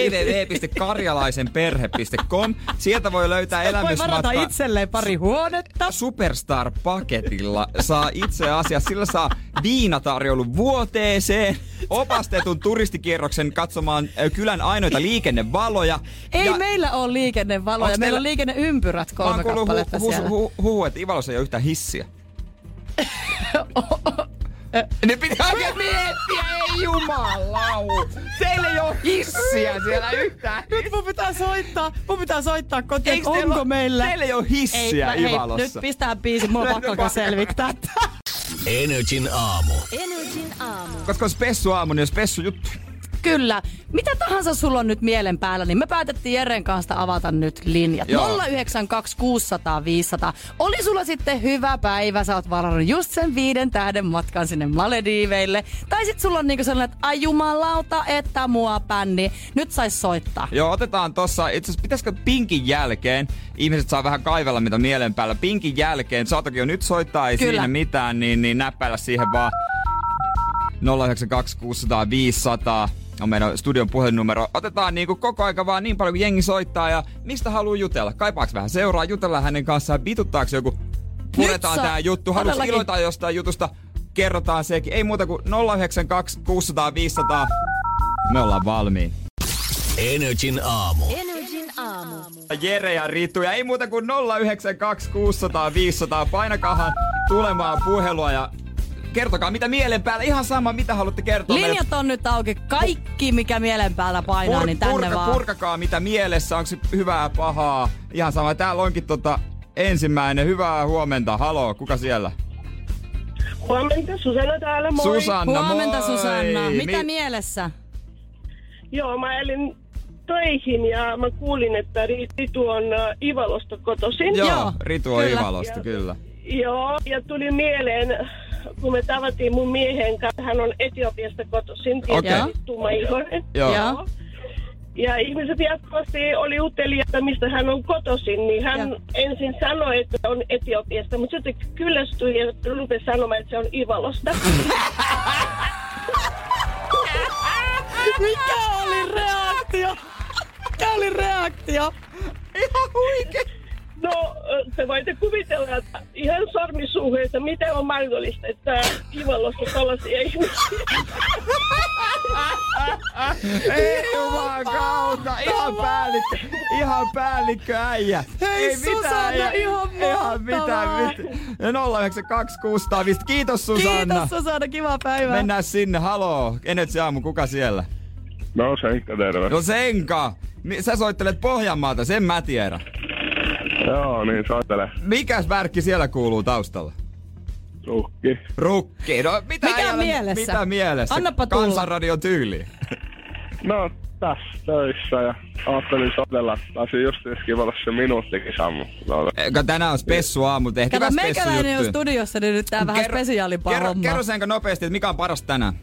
www.karjalaisenperhe.com. Sieltä voi löytää
Voi varata
elämysmatka.
itselleen pari huonetta.
Superstar-paketilla saa itse asiassa, sillä saa viinatarjoulu vuoteeseen, opastetun turistikierroksen katsomaan ö, kylän ainoita liikennevaloja.
Ei
ja
ja... meillä ole liikennevaloja,
Onks
meillä
teillä-
on liikenneympyrät
Mä oon
kolme
kuullut
kappaletta
hu-
siellä.
hu- hu- huhu, että Ivalossa ei ole yhtään hissiä.
Ne pitää oikein miettiä, ei jumalau. Teillä ei ole hissiä siellä yhtään.
Nyt mun pitää soittaa, mun pitää soittaa kotiin,
Eiks
että
teillä
onko
oo-
meillä.
Teillä ei ole
Ei,
hissiä
mä- hei,
Ivalossa.
nyt pistää biisi, mulla on
No,
pakko
pakko.
selvittää tää.
Energin aamu.
Energin aamu.
Koska olisi pessu aamu, niin olisi pessu juttu.
Kyllä. Mitä tahansa sulla on nyt mielen päällä, niin me päätettiin Jeren kanssa avata nyt linjat.
Joo.
092600 500. Oli sulla sitten hyvä päivä, sä oot varannut just sen viiden tähden matkan sinne Malediiveille. Tai sit sulla on niinku sellainen, että ai jumalauta, että mua pänni. Nyt sais soittaa.
Joo, otetaan tossa. Itse asiassa pitäisikö pinkin jälkeen, ihmiset saa vähän kaivella mitä mielen päällä, pinkin jälkeen, saa toki jo nyt soittaa, ei
Kyllä.
siinä mitään, niin, niin näppäillä siihen vaan 092 600 500 on meidän studion puhelinnumero. Otetaan niinku koko aika vaan niin paljon kuin jengi soittaa ja mistä haluaa jutella. Kaipaaks vähän seuraa, jutellaan hänen kanssaan, vituttaako joku, puretaan
saa-
tää juttu, haluatko
todellakin.
iloita jostain jutusta, kerrotaan sekin. Ei muuta kuin 092 600 500. Me ollaan valmiin.
Energin aamu.
Energin aamu.
Jere ja Ritu ja ei muuta kuin 092 600 500. Painakahan tulemaan puhelua ja kertokaa mitä mielen päällä. Ihan sama mitä haluatte kertoa. meille.
Linjat on nyt auki. Kaikki, mikä mielen päällä painaa,
Pur-
niin tänne
purka-
vaan.
Purkakaa mitä mielessä, onko se hyvää pahaa. Ihan sama. Täällä onkin tota ensimmäinen. Hyvää huomenta. Haloo, kuka siellä?
Huomenta, Susanna täällä, moi.
Susanna,
Huomenta
moi.
Susanna. Mitä
Mi-
mielessä?
Joo, mä elin töihin ja mä kuulin, että Ritu on ä, Ivalosta kotoisin.
Joo,
Joo,
Ritu on
kyllä.
Ivalosta, kyllä.
Joo, ja tuli mieleen, kun me tavattiin mun miehen kanssa, hän on Etiopiasta kotoisin,
Okei.
tietysti tummaihoinen.
Joo.
Joo.
Ja ihmiset jatkuvasti oli uteliaita, mistä hän on kotoisin, niin hän
Joo.
Joo. ensin sanoi, että on Etiopiasta, mutta sitten kyllästyi ja rupesi sanomaan, että se on Ivalosta.
Mikä oli reaktio? Mikä oli reaktio? Ihan huikea.
No, te voitte kuvitella, että ihan sormisuuheessa, miten on mahdollista, että Ivalossa tällaisia ihmisiä.
Ei juman kautta, ihan päällikkö, ihan päällikkö äijä.
Hei, Susanna, ihan
ihan mitään, No,
mahtavaa.
mitään. 092650. Kiitos Susanna.
Kiitos Susanna, kiva päivä.
Mennään sinne, haloo. Energy aamu, kuka siellä?
No Senkka, terve.
No Senka, Mi- sä soittelet Pohjanmaalta, sen mä tiedän.
Joo, niin soittele.
Mikäs värkki siellä kuuluu taustalla?
Suhki.
Rukki. No, mitä
Mikä
äijällä-
mielessä?
Mitä mielessä?
Annapa tulla.
Kansanradion tyyli.
No, tässä töissä ja ajattelin soitella. Taisin just kivalla se minuuttikin sammu. No,
Eikä Tänään on spessu aamu, tehtiin
Kato,
vähän
meikäläinen on
spessujuttuja.
studiossa, niin nyt tää vähän spesiaalipaa
kerro,
hommaa.
kerro senkä nopeasti, että mikä on paras tänään?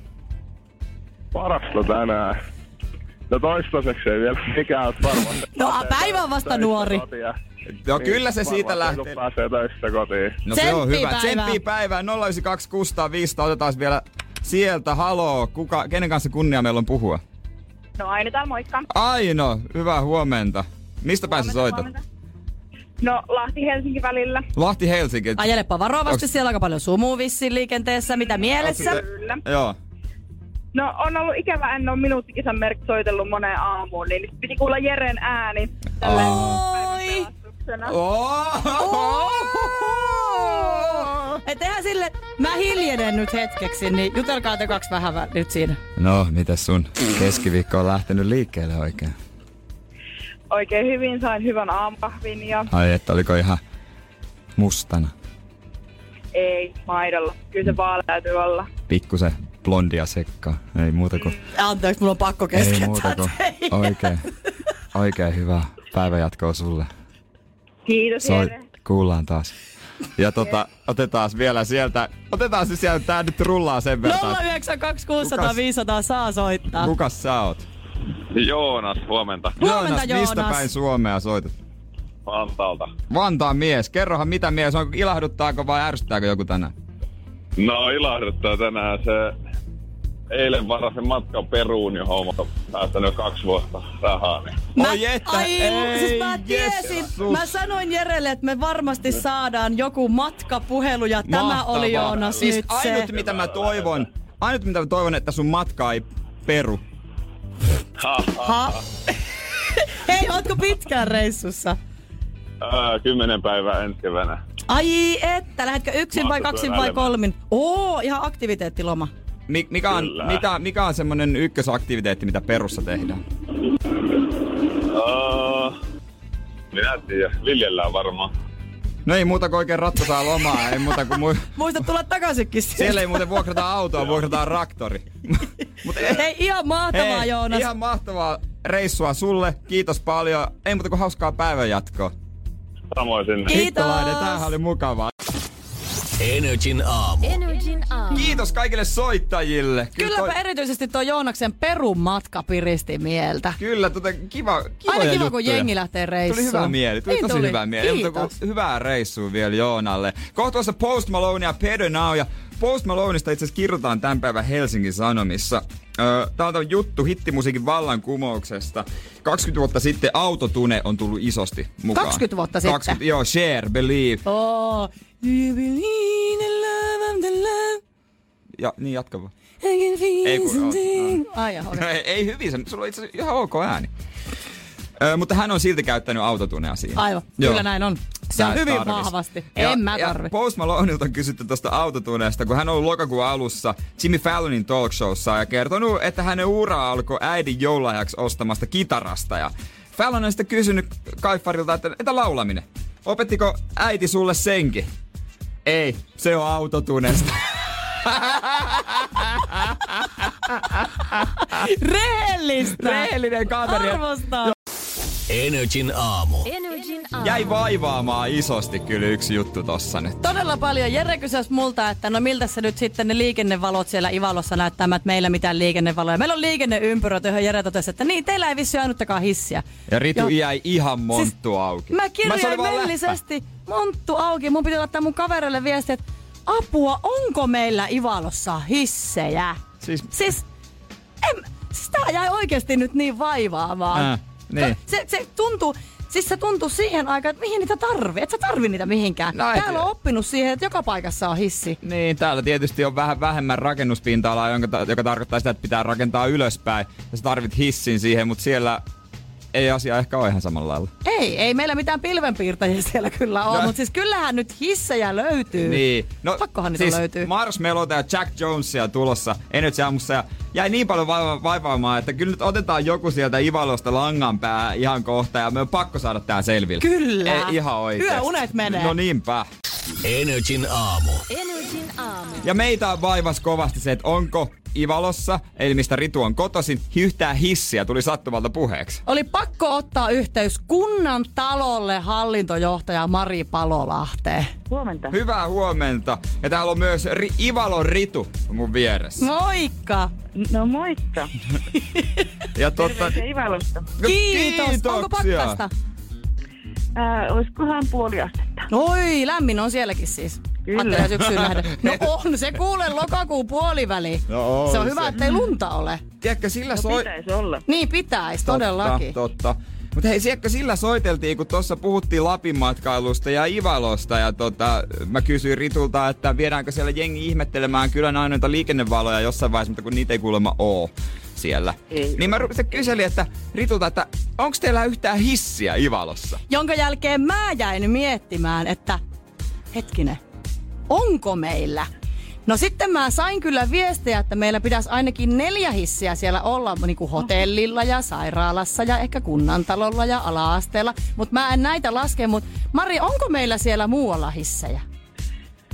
parasta tänään. No toistaiseksi ei vielä mikään ole varmasti.
No, a, päivä on vasta nuori.
No kyllä se siitä lähtee.
Kun pääsee töistä kotiin.
No se on
Tsemppiä
hyvä.
päivää.
Tsemppiä päivää. 0926500 otetaan vielä sieltä. Haloo, kuka, kenen kanssa kunnia meillä on puhua?
No aina täällä moikka.
Aino, hyvää huomenta. Mistä päässä soitat?
No Lahti-Helsinki välillä.
Lahti Helsinki.
Ajelepa varovasti,
Onks-
siellä on aika paljon sumua vissiin liikenteessä. Mitä mielessä?
Kyllä.
Joo.
No on ollut ikävä, en ole minuuttikisan merkki soitellut moneen aamuun, niin nyt piti kuulla Jeren ääni. Tällä
Aa.
Oi!
pelastuksena.
Oh!
Et tehdään sille, mä hiljenen nyt hetkeksi, niin jutelkaa te kaksi vähän vä- nyt siinä.
No, mitäs sun keskiviikko on lähtenyt liikkeelle oikein?
Oikein hyvin sain hyvän aamukahvin ja
Ai että, oliko ihan mustana?
ei maidolla. Kyllä se vaan täytyy olla.
Pikkusen blondia sekkaa. Ei muuta kuin
Anteeksi, mulla on pakko
Ei muuta
keskeyttää
kuin
teidän.
oikein, oikein hyvää päivänjatkoa sulle.
Kiitos
Soit,
Jere.
kuullaan taas. Ja tota, otetaan sieltä vielä sieltä, otetaan siis sieltä, tää nyt rullaa sen verran.
092600 500 saa soittaa.
Kukas sä oot?
Joonas, huomenta.
Huomenta,
mistä
Joonas.
päin Suomea soitat?
Antaalta.
Vantaan mies, kerrohan mitä mies on, ilahduttaako vai ärsyttääkö joku tänään?
No ilahduttaa tänään se eilen varasin matkan Peruun, johon mä oon säästänyt kaksi vuotta rahaa. Niin.
Mä,
Ai että,
ai,
ei,
siis mä tiesin,
Jeesus.
mä sanoin Jerelle, että me varmasti saadaan joku matkapuhelu ja tämä
Mahtavaa.
oli Joonas
siis
nyt
ainut,
se.
mitä mä toivon, ainut mitä mä toivon, että sun matka ei peru.
Ha? Hei, ootko pitkään reissussa?
Ää, kymmenen päivää ensi keväänä.
Ai että, lähdetkö yksin vai
Mä oon
kaksin vai
pyöräilemään.
kolmin? Oo, ihan aktiviteettiloma.
Mik, mikä, on,
Kyllä.
mitä, mikä on semmonen ykkösaktiviteetti, mitä perussa tehdään?
Ää, Äh, minä en tiedä, viljellään varmaan.
No ei muuta kuin oikein ratkotaan lomaa, ei muuta kuin mu-
Muista tulla takaisinkin sieltä.
Siellä ei muuten vuokrata autoa, vuokrataan raktori. Mut ei,
Hei, ihan mahtavaa
hei,
Joonas.
Ihan mahtavaa reissua sulle, kiitos paljon. Ei muuta kuin hauskaa päivänjatkoa.
Samoin sinne.
Kiitos.
Hittolainen, tämähän oli mukavaa.
Energin aamu.
Energin aamu.
Kiitos kaikille soittajille.
Kylläpä erityisesti tuo Joonaksen perumatka piristi mieltä.
Kyllä, tota, kiva, kivoja
Aina kiva,
juttuja.
kun jengi lähtee reissuun.
Tuli hyvä mieli, tuli
Niin
tosi hyvä mieli. Ei muuta
Kiitos.
kuin hyvää reissua vielä Joonalle. Kohta tuossa Post Malone ja Pedo Now ja Post Maloneista itse asiassa kirjoitetaan tämän päivän Helsingin Sanomissa. Öö, Täältä on juttu hittimusiikin vallankumouksesta. 20 vuotta sitten autotune on tullut isosti mukaan.
20 vuotta sitten?
joo, Share, Believe.
Oh. Do you believe in love of the love?
Ja, niin jatka vaan.
I can feel
Ei kun-
something. Ai joo,
No
okei.
ei, ei hyvin, se- sulla on itse asiassa ihan ok ääni. Öö, mutta hän on silti käyttänyt autotunea siinä.
Aivan,
Joo.
kyllä näin on. Se
Sä
on
et
hyvin
tarvis.
vahvasti. En mä tarvi.
Ja Post Maloneilta on kysytty tuosta autotuneesta, kun hän on ollut lokakuun alussa Jimmy Fallonin talk showssa ja kertonut, että hänen ura alkoi äidin joululahjaksi ostamasta kitarasta. Ja Fallon on sitten kysynyt Kaifarilta, että entä laulaminen? Opettiko äiti sulle senkin? Ei, se on autotunesta.
Rehellistä!
Rehellinen kaveri.
Arvostaa.
Energin aamu.
Energin aamu.
Jäi vaivaamaan isosti kyllä yksi juttu tossa nyt.
Todella paljon. Jere kysäsi multa, että no miltä se nyt sitten ne liikennevalot siellä Ivalossa näyttää, että meillä mitään liikennevaloja. Meillä on liikenneympyrät, johon Jere totesi, että niin, teillä ei vissiin ainuttakaan hissiä.
Ja Ritu
Joo.
jäi ihan monttu
Siis
auki.
Mä
se oli
kirjoin
vaan
mellisesti monttu auki. Mun piti laittaa mun kavereille viestiä, että apua, onko meillä Ivalossa hissejä?
Siis-
siis, en, siis tää jäi oikeasti nyt niin vaivaamaan.
Äh, niin.
Se, se tuntuu, siis se tuntuu siihen aikaan, että mihin niitä tarvii. Et sä tarvi niitä mihinkään.
No, et-
Täällä on oppinut siihen, että joka paikassa on hissi.
Niin, täällä tietysti on vähän vähemmän rakennuspinta-alaa, jonka ta- joka tarkoittaa sitä, että pitää rakentaa ylöspäin. Ja sä tarvit hissin siihen, mutta siellä ei asia ehkä ole ihan samalla lailla.
Ei, ei meillä mitään pilvenpiirtäjiä siellä kyllä ole,
No.
mutta siis kyllähän nyt hissejä löytyy.
Niin.
Pakkohan niitä
siis
löytyy.
Marshmallowta ja Jack Jonesia tulossa Energy Aamussa ja jäi niin paljon vaiva- vaivaamaan, että kyllä nyt otetaan joku sieltä Ivalosta langan pää ihan kohta ja me on pakko saada tää selville.
Kyllä.
Ei, ihan oikein.
Yöunet menee.
No niinpä.
Energin aamu.
Energin aamu.
Ja meitä vaivas kovasti se, että onko Ivalossa, eli mistä Ritu on kotoisin, yhtään hissiä tuli sattumalta puheeksi.
Oli pakko ottaa yhteys kunnan talolle hallintojohtaja Mari Palolahteen.
Huomenta.
Hyvää huomenta. Ja täällä on myös Ri- Ivalon Ritu mun vieressä.
Moikka!
No moikka.
Ja totta...
Terveisiä Ivalosta.
No,
Kiitos!
kiitoksia.
Onko pakkasta?
Ää, olisikohan puoli astetta?
Noi, lämmin on sielläkin siis.
Kyllä.
Ajattelin, jos yksin lähde. No on, se kuule lokakuun puoliväli.
No on
se on
se.
hyvä, ettei lunta ole.
Tiedätkö, sillä
No
soi...
pitäisi olla.
Niin pitäisi, todellakin.
Totta, totta. Mutta hei, siekö sillä soiteltiin, kun tuossa puhuttiin Lapin matkailusta ja Ivalosta ja tota, mä kysyin Ritulta, että viedäänkö siellä jengi ihmettelemään kylän ainoita liikennevaloja jossain vaiheessa, mutta kun niitä ei kuulemma oo siellä.
Ei
niin mä ru- se kyselin, että Ritulta, että onko teillä yhtään hissiä Ivalossa?
Jonka jälkeen mä jäin miettimään, että hetkinen, onko meillä? No sitten mä sain kyllä viestejä, että meillä pitäisi ainakin neljä hissiä siellä olla niin kuin hotellilla ja sairaalassa ja ehkä kunnantalolla ja ala-asteella. Mutta mä en näitä laske, mutta Mari, onko meillä siellä muualla hissejä?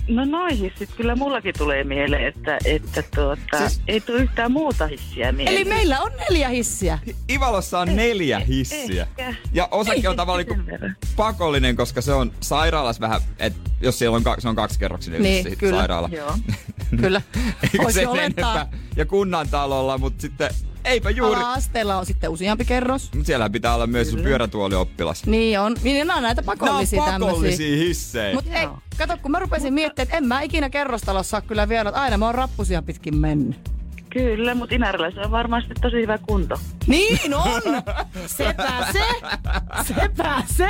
No noihin sitten kyllä mullakin tulee mieleen, että, että tuota,
Siis-
siis... ei tule yhtään muuta hissiä mieleen.
Eli meillä on neljä hissiä.
Ivalossa on neljä hissiä.
ehkä.
Ja osakin on tavallaan
sen
niinku
verran.
pakollinen, koska se on sairaalassa vähän, että jos siellä on, ka- se on kaksikerroksinen
Niin,
vissi
kyllä.
sairaala.
Joo.
Kyllä.
Eikö
Voisi
se
olettaa.
enempää? Ja kunnan talolla, mutta sitten eipä juuri.
Ala-asteella on sitten useampi kerros.
Mut siellä pitää olla myös sun pyörätuolioppilas.
Niin on. Niin nämä on näitä
Nämä on
pakollisia tämmöisiä.
pakollisia hissejä.
Mut ei,
Joo.
kato, kun mä rupesin miettimään, että en mä ikinä kerrostalossa ole kyllä vielä, että aina mä oon rappusia pitkin mennyt.
Kyllä, mutta Inarilla se on varmaan sitten tosi hyvä kunto.
Niin on! Sepä se! Sepä se!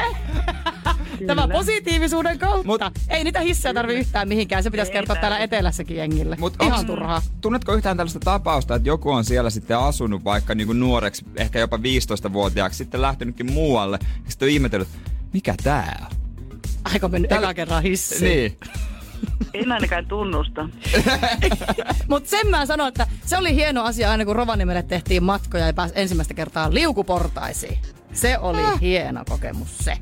Tämä positiivisuuden kautta. Mut, ei niitä hissejä tarvi yhtään mihinkään. Se pitäisi kertoa täällä etelässäkin jengille. Mut Ihan
onks-
turhaa.
Tunnetko yhtään tällaista tapausta, että joku on siellä sitten asunut vaikka niin kuin nuoreksi, ehkä jopa 15-vuotiaaksi, sitten lähtenytkin muualle, ja sitten on ihmetellyt, mikä tää on?
Aika mennyt Tällä... eka kerran hissiin.
Niin.
En ainakaan tunnusta.
Mutta sen mä sanon, että se oli hieno asia aina kun Rovaniemelle tehtiin matkoja ja pääsi ensimmäistä kertaa liukuportaisiin. Se oli hieno kokemus se.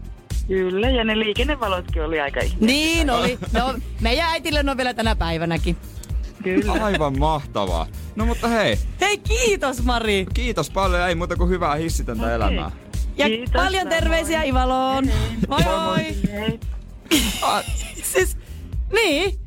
Kyllä, ja ne liikennevalotkin oli aika ihme.
Niin oli. No, meidän äitille ne on vielä tänä päivänäkin.
Aivan mahtavaa. No mutta hei,
Hei kiitos Mari!
kiitos paljon, ei muuta kuin hyvää hissitöntä okay. elämää.
Ja kiitos, paljon terveisiä Ivaloon! Moi moi!
Ah,
siis, niin.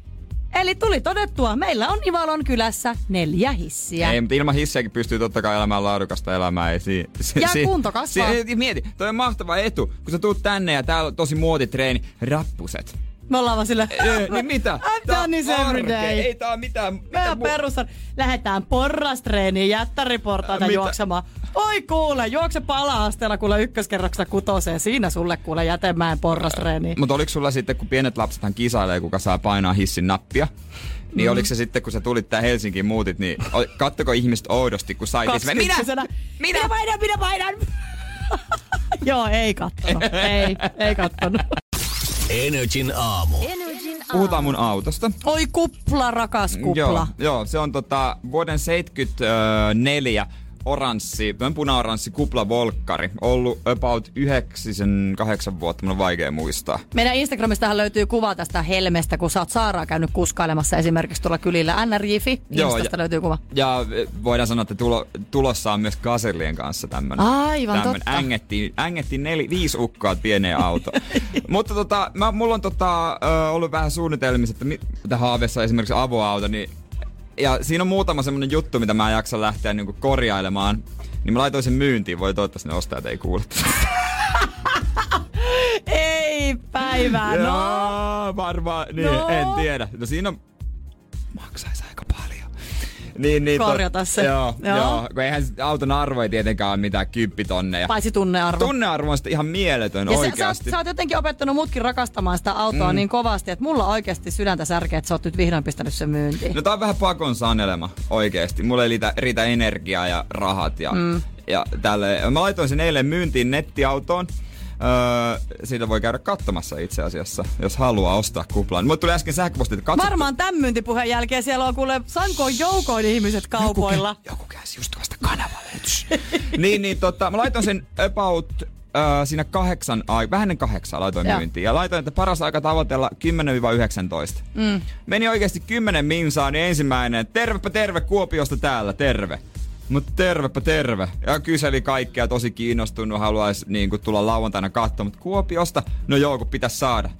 Eli tuli todettua, meillä on Ivalon kylässä neljä hissiä.
Ei, mutta ilman hissiäkin pystyy totta kai elämään laadukasta elämää. Ei, si, si,
Ja kunto kasvaa.
Si, ei, mieti, toi on mahtava etu, kun sä tuut tänne ja täällä on tosi muotitreeni, rappuset.
Me ollaan vaan sillä...
Ei, niin mitä?
I've
Tää
done this
on
every
arkea.
day.
Ei tää on mitään.
Mä
Mitä
oon perustan. Lähetään porrastreeniin jättäriportaita
Mitä?
juoksemaan. Oi kuule, juoksepa ala-asteella kuule ykköskerroksesta kutoseen. Siinä sulle kuule jätemään porrastreeniin.
Mutta oliko sulla sitten, kun pienet lapsethan kisailee, kuka saa painaa hissin nappia, niin mm. oliko se sitten, kun sä tulit tää Helsinkiin muutit, niin oli- kattoko ihmiset oudosti, kun sait esimerkiksi...
Kaksikymppisenä. Minä painan, minä painan! Joo, ei kattonut. ei, ei kattonut.
Energin aamu.
Energin
Puhutaan mun autosta.
Oi kupla, rakas kupla.
Mm, Joo, joo, se on tota, vuoden 74 oranssi, tämmönen puna-oranssi kuplavolkkari. Ollut about 9-8 vuotta, mun on vaikea muistaa.
Meidän Instagramistahan löytyy kuva tästä helmestä, kun sä oot Saaraa käynyt kuskailemassa esimerkiksi tuolla kylillä. NRJ.fi,
Joo,
Instasta
ja-
löytyy kuva.
Ja eh, voidaan sanoa, että tulo, tulossa on myös kasellien kanssa tämmönen.
Aivan
tämmönen.
totta.
Ängettiin, ängettiin neli, viisi ukkoa pieneen autoon. Mutta tota, mä, mulla on tota, ö, ollut vähän suunnitelmissa, että mi- että haaveessa on esimerkiksi avoauto, niin ja siinä on muutama semmonen juttu, mitä mä en jaksa lähteä niinku korjailemaan. Niin mä laitoin sen myyntiin, voi toivottavasti ne ostajat ei kuule.
Ei päivää, no.
Jaa, varmaan, niin,
No.
no. en tiedä. No siinä on... maksaisi aika paljon. Niin, niin, tot-
Korjata se.
Joo,
Joo.
joo. joo, kun eihän se auton arvo ei tietenkään ole mitään kymppitonneja.
Paitsi tunnearvo.
Tunnearvo on sitten ihan mieletön
Ja sä, sä, oot,
oikeasti.
sä oot jotenkin opettanut mutkin rakastamaan sitä autoa mm.
Mm.
niin kovasti, että mulla oikeasti sydäntä särkee, että sä oot nyt vihdoin pistänyt sen myyntiin.
No tää on vähän pakon sanelema oikeesti. Mulla ei riitä, riitä energiaa ja rahat ja,
Mm.
mm. ja tälle. Mä laitoin sen eilen myyntiin nettiautoon. Öö, siitä voi käydä katsomassa itse asiassa, jos haluaa ostaa kuplan. Mulle tuli äsken sähköposti, että katso,
Varmaan tämän myyntipuheen jälkeen siellä on kuule sankoon joukoin ihmiset kaupoilla. Joku, joku
käänsi just tuosta kanavalla. niin, niin tota, mä laitoin sen about äh, siinä kahdeksan aikaa, vähän ennen kahdeksaa laitoin
Joo.
Joo. myyntiin. Ja laitoin, että paras aika tavoitella 10-19.
Mm.
Meni oikeasti 10 minsaa, niin ensimmäinen, tervepä terve Kuopiosta täällä, terve. Mutta tervepä terve. Ja kyseli kaikkea, tosi kiinnostunut, haluaisi niin tulla lauantaina katsomaan. Mutta Kuopiosta, no joo, kun pitäisi saada.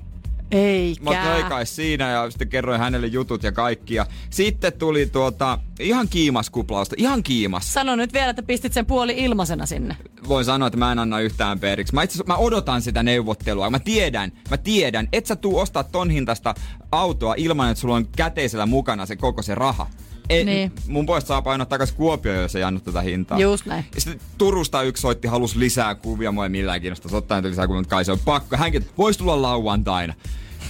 Eikä.
Mä otin aikaa siinä ja sitten kerroin hänelle jutut ja kaikki. Ja sitten tuli tuota, ihan kiimas kuplausta, ihan kiimas.
Sano nyt vielä, että pistit sen puoli ilmaisena sinne.
voin sanoa, että mä en anna yhtään periksi. Mä, itse, asiassa- mä odotan sitä neuvottelua. Mä tiedän, mä tiedän. Et sä tuu ostaa ton hintaista autoa ilman, että sulla on käteisellä mukana se koko se raha. Ei,
Niin.
Mun puolesta saa painaa takas Kuopioon, jos ei anna tätä hintaa.
Just näin.
Ja Sitten Turusta yksi soitti, halus lisää kuvia. Mua ei millään kiinnosta ottaa niitä lisää kuvia, mutta kai se on pakko. Hänkin, että vois tulla lauantaina.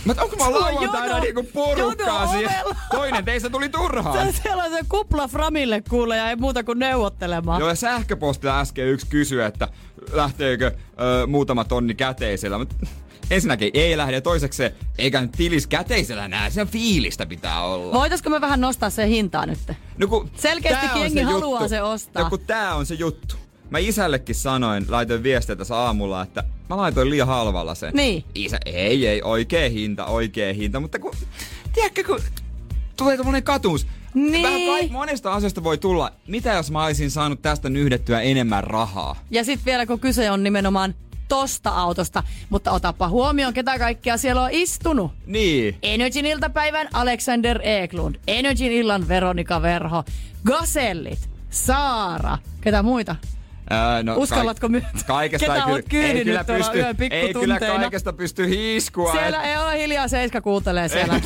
Mä et, onko mä
Sulla on
lauantaina
jono-
niinku porukkaa
jono
siihen?
ovella.
Toinen teistä tuli turhaan.
Se, siellä on se kupla framille kuule ja ei muuta kuin neuvottelemaan.
Joo, ja sähköpostilla äsken yksi kysyi, että lähteekö ö, muutama tonni käteisellä. Mut, ensinnäkin ei lähde, ja toiseksi se, eikä nyt tilis käteisellä näe, se on fiilistä pitää olla.
Voitaisko me vähän nostaa sen hintaa nyt?
No, kun
Selkeästi
tää on
jengi
se
haluaa
juttu.
se ostaa.
No kun tää on se juttu. Mä isällekin sanoin, laitoin viestiä tässä aamulla, että mä laitoin liian halvalla sen.
Niin.
Isä, ei, ei, oikea hinta, oikea hinta, mutta kun, tiedätkö, kun tulee tommonen katumus.
Niin.
Vähän kaik- monesta asiasta voi tulla, mitä jos mä olisin saanut tästä nyhdettyä enemmän rahaa?
Ja sitten vielä kun kyse on nimenomaan tosta autosta, mutta otapa huomioon, ketä kaikkia siellä on istunut.
Niin.
Energin iltapäivän Alexander Eklund, Energin illan Veronika Verho, Gasellit, Saara, ketä muita?
Öö,
Uskallatko myydä?
Kaikesta
Ketä
ei kyllä,
oot kyydinyt
ei kyllä
tuolla
pysty,
yön
ei kyllä
pikkutunteina?
kaikesta pysty hiiskua.
Siellä ei ole hiljaa, Seiska kuuntelee siellä.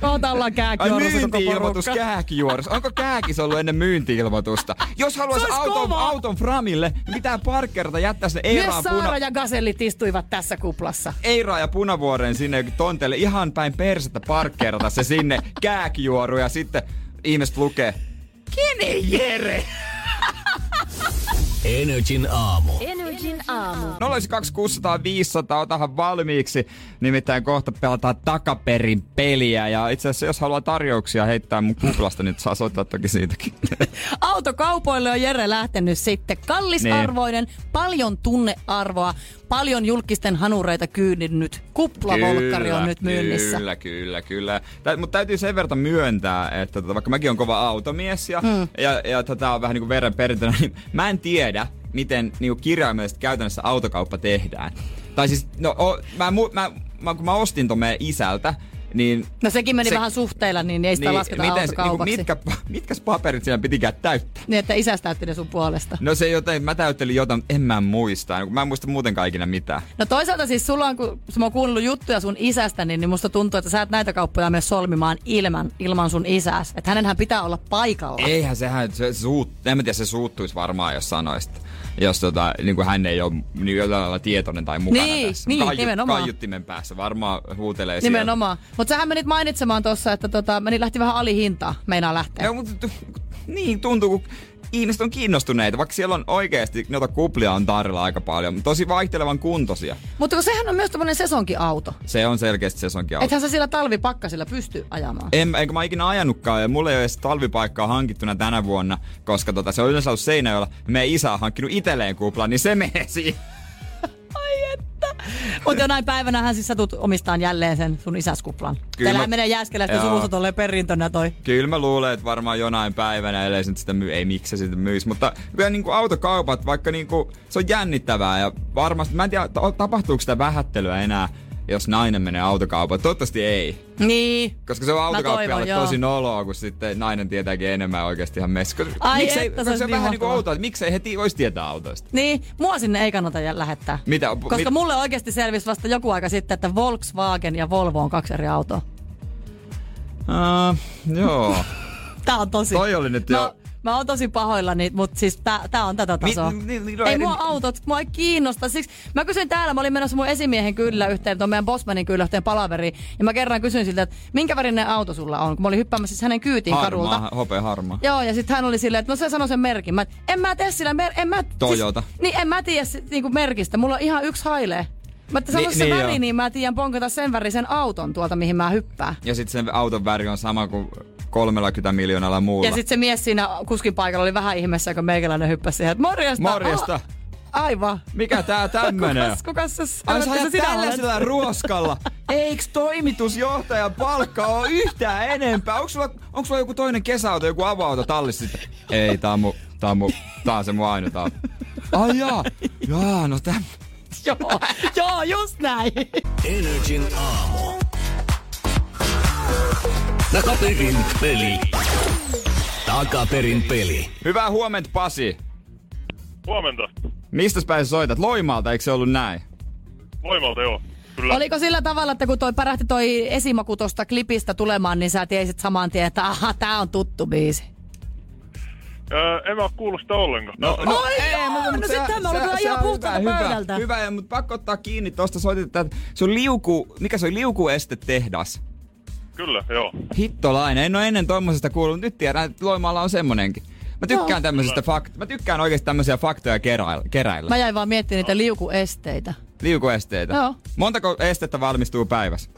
Kohta ollaan
Ai
kääkijuorussa koko
myynti-ilmoitus
porukka.
kääkijuorissa. Onko kääkis ollut ennen myynti-ilmoitusta? Jos haluaisi
Se olisi
auton,
kova.
auton framille, niin pitää parkkerata jättää sinne
Myös
Eeraan puna...
Saara ja Gasellit istuivat tässä kuplassa.
Eiraa ja Punavuoreen sinne jokin tonteelle ihan päin persettä parkkeerata se sinne kääkijuoru ja sitten ihmiset lukee.
Kenen Jere?
Energin aamu.
Energin aamu.
092 500, otahan valmiiksi. Nimittäin kohta pelataan takaperin peliä. Ja itse asiassa jos haluaa tarjouksia heittää mun kuplasta, niin saa soittaa toki siitäkin.
Autokaupoille on Jere lähtenyt sitten.
Niin.
Kallisarvoinen, paljon tunnearvoa, paljon julkisten hanureita kyydinnyt. Kuplavolkkari on nyt myynnissä.
Kyllä, kyllä, kyllä. Tä, mutta täytyy sen verran myöntää, että tota, vaikka mäkin on kova automies ja,
Hmm.
hmm. ja, ja tätä on vähän niin kuin verran perintönä, niin mä en tiedä, miten niin kuin kirjaimellisesti käytännössä autokauppa tehdään. Tai siis, no, o, mä, mu- mä, mä, kun mä ostin ton meidän isältä, niin
No sekin meni
Se-
vähän suhteilla, niin ei sitä lasketa
miten se-
autokaupaksi.
niinku, mitkä, mitkä paperit siellä pitikään täyttää?
Niin, että isästä täytti ne sun puolesta.
No se jotain, mä täyttelin jotain, en mä muista. Mä en muista muutenkaan ikinä mitään.
No toisaalta siis sulla on, kun mä oon kuunnellut juttuja sun isästä, niin, niin musta tuntuu, että sä et näitä kauppoja mene solmimaan ilman, ilman sun isääs. Että hänenhän pitää olla paikalla.
Eihän sehän, se suut, en mä tiedä, se suuttuisi varmaan, jos sanoisit. Jos tota, niin kuin hän ei ole niin jollain lailla tietoinen tai mukana
Niin,
tässä.
niin, nimenomaan.
Kaiuttimen päässä varmaan huutelee siellä.
Nimenomaan. Mutta sähän menit mainitsemaan tuossa, että tota, meni lähti vähän alihintaa, meinaa lähteä.
No, mutta, tu- niin, tuntuu, kun ihmiset on kiinnostuneita, vaikka siellä on oikeasti, noita kuplia on tarjolla aika paljon, mutta tosi vaihtelevan kuntoisia.
Mutta kun sehän on myös tämmöinen sesonkiauto.
Se on selkeästi sesonkin
Ethän sä sillä talvipakkasilla pysty ajamaan.
En, enkä mä ikinä ajanutkaan, ja mulla ei ole edes talvipaikkaa hankittuna tänä vuonna, koska tota, se on yleensä ollut Seinäjoella. Meidän isä on hankkinut itselleen kuplan, niin se menee siihen.
Mutta jonain päivänä hän siis satut omistaan jälleen sen sun isäskuplan.
Kyllä
Täällähän
mä-
menee jääskeläistä
Joo.
suvusta tolleen perintönä toi.
Kyllä mä luulen, että varmaan jonain päivänä, ellei se nyt sitä myy, ei miksi se sitä myisi, mutta kyllä niin kuin autokaupat, vaikka niin kuin, se on jännittävää ja varmasti, mä en tiedä, ta- tapahtuuko sitä vähättelyä enää, jos nainen menee autokaupaan. Toivottavasti ei.
Niin.
Koska se on
Mä
autokauppiaalle
toivon, joo.
tosi noloa, kun sitten nainen tietääkin enemmän oikeasti ihan messissä.
Ai
miksei,
että, se
koska
olisi
se on
niin
vähän niin kuin
mahtavaa.
outoa, että miksei heti voisi tietää autoista.
Niin, mua sinne ei kannata jä- lähettää.
Mitä,
Koska
mit-
mulle oikeasti selvisi vasta joku aika sitten, että Volkswagen ja Volvo on kaksi eri autoa.
Uh, joo.
Tää on tosi.
Toi oli nyt
Mä,
jo...
mä oon tosi pahoillani, mutta siis tää, tää on tätä tasoa.
Mi- niin, no
Mi,
mi- mi-
ei mua autot, mua ei kiinnosta. Siksi mä kysyin täällä, mä olin menossa mun esimiehen kyllä yhteen, tuon meidän Bosmanin kyllä yhteen palaveriin. Ja mä kerran kysyin siltä, että minkä värinen auto sulla on, kun mä olin hyppäämässä siis hänen kyytiin kadulta.
Harmaa, hopea harmaa.
Joo, ja sitten hän oli silleen, että no se sanoi sen merkin. Mä, et, en mä tee sillä mer- en mä,
Toyota.
Siis, niin en mä tiedä sit, niinku merkistä, mulla on ihan yksi hailee. Mä että sano
Ni-
se
niin
väri,
joo.
niin mä tiedän ponkata sen värisen auton tuolta, mihin mä hyppään.
Ja sitten sen auton väri on sama kuin 30 miljoonalla muulla.
Ja sitten se mies siinä kuskin paikalla oli vähän ihmeessä, kun meikäläinen hyppäsi siihen, että morjesta.
Morjesta.
Ah, aivan.
Mikä tää tämmönen on?
Kukas, kukas sä
Ai
sanot, että
sä ajat
sinä olet?
tällaisella ruoskalla. Eiks toimitusjohtajan palkka oo yhtään enempää? Onks sulla, onks sulla joku toinen kesäauto, joku avoauto tallissa? sitten? Ei, tää on mu, tää on mu, tää on se mun ainut auto. Ai jaa, jaa, no täm.
Joo, joo, just näin.
Energin aamu. Takaperin peli. Takaperin peli.
Hyvää huomenta Pasi.
Huomenta.
Mistä päin sä soitat? Loimaalta, eikö se ollut näin?
Voimalta joo. Kyllä.
Oliko sillä tavalla, että kun toi pärähti toi esimaku tosta klipistä tulemaan, niin sä tiesit saman tien, että aha, tää on tuttu biisi.
Öö, en mä oo kuullut sitä ollenkaan.
No, no
Oi
ei,
joo,
mutta,
no
mutta
sit
se-
tämä oli
se-
kyllä
se
ihan
on
puhtaalta
hyvä,
pöydältä.
Hyvä, hyvä, mutta pakko ottaa kiinni tuosta soitit, että se on liuku, mikä se on liukuestetehdas.
Kyllä, joo.
Hittolainen, en ole ennen tommosesta kuullut, mutta nyt tiedän, että Loimaalla on semmonenkin. Mä tykkään tämmöisistä fakt- mä tykkään oikeesti tämmöisiä faktoja keräil- keräillä.
Mä jäin vaan miettimään niitä liukuesteitä.
Liukuesteitä.
Joo.
Montako estettä valmistuu päivässä?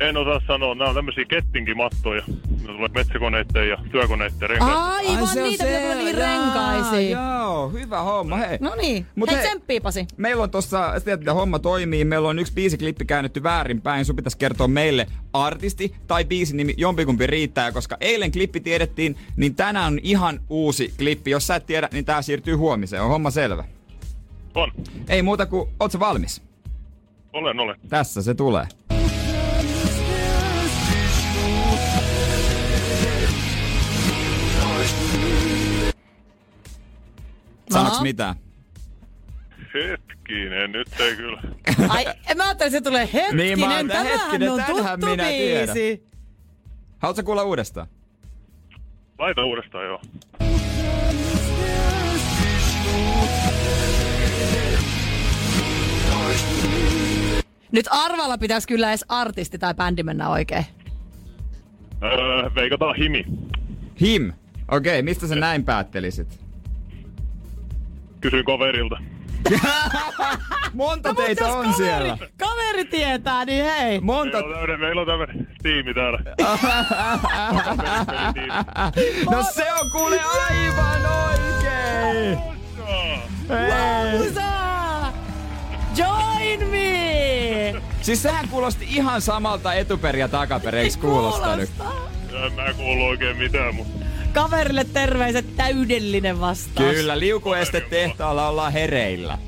En osaa sanoa, nämä on tämmöisiä kettinkimattoja. Ne tulee metsäkoneiden ja työkoneiden renkaat.
Aivan
se on
niitä,
se-
jotka on niin
jaa,
renkaisia.
Joo, hyvä homma, hei.
No niin,
Mut
hei
hei,
tsemppii Pasi.
Meillä on tossa, sä tiedät, mitä homma toimii, meillä on yksi biisiklippi käännetty väärinpäin, sun pitäisi kertoa meille artisti tai biisin nimi, jompikumpi riittää, ja koska eilen klippi tiedettiin, niin tänään on ihan uusi klippi. Jos sä et tiedä, niin tää siirtyy huomiseen, on homma selvä.
On.
Ei muuta kuin, oot sä valmis?
Olen, olen.
Tässä se tulee. Huomaaks mitä?
Hetkinen, nyt ei kyllä.
Ai, mä ajattelin, se tulee hetkinen.
Niin, mä ajattelin,
Tämähän
hetkinen,
on
tänhän
tuttu
minä tiedän.
biisi.
Haluatko sä kuulla uudestaan?
Laita uudestaan joo.
Nyt arvalla pitäisi kyllä edes artisti tai bändi mennä oikein.
Öö, veikataan himi.
Him. Okei, okay, mistä sä näin päättelisit?
Kysyin kaverilta.
Monta
teitä
on siellä?
Kaveri tietää, niin hei.
Monta...
Meillä on tämmönen, meillä on tämmönen tiimi täällä.
No se on kuule aivan oikein! Hei!
Lausa! Join me!
Siis sehän kuulosti ihan samalta etuperi ja takaperi, eikö kuulostanut?
En mä kuulu oikein mitään, mutta
Kaverille terveiset, täydellinen vastaus.
Kyllä, liukueste tehtaalla ollaan hereillä.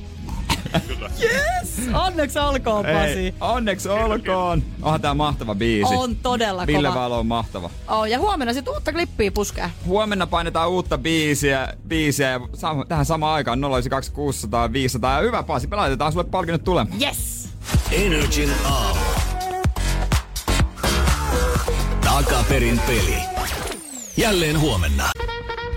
Yes! Onneksi olkoon, Pasi.
Ei, onneksi olkoon. Onhan tää mahtava biisi.
On todella
Ville
kova.
Valo on mahtava.
Oh, ja huomenna sit uutta klippiä puskee.
Huomenna painetaan uutta biisiä, biisiä ja sam- tähän samaan aikaan 09600 500. Ja hyvä Pasi, me laitetaan sulle palkinnot tulemaan.
Yes!
Energin aamu. Takaperin peli. Jälleen huomenna.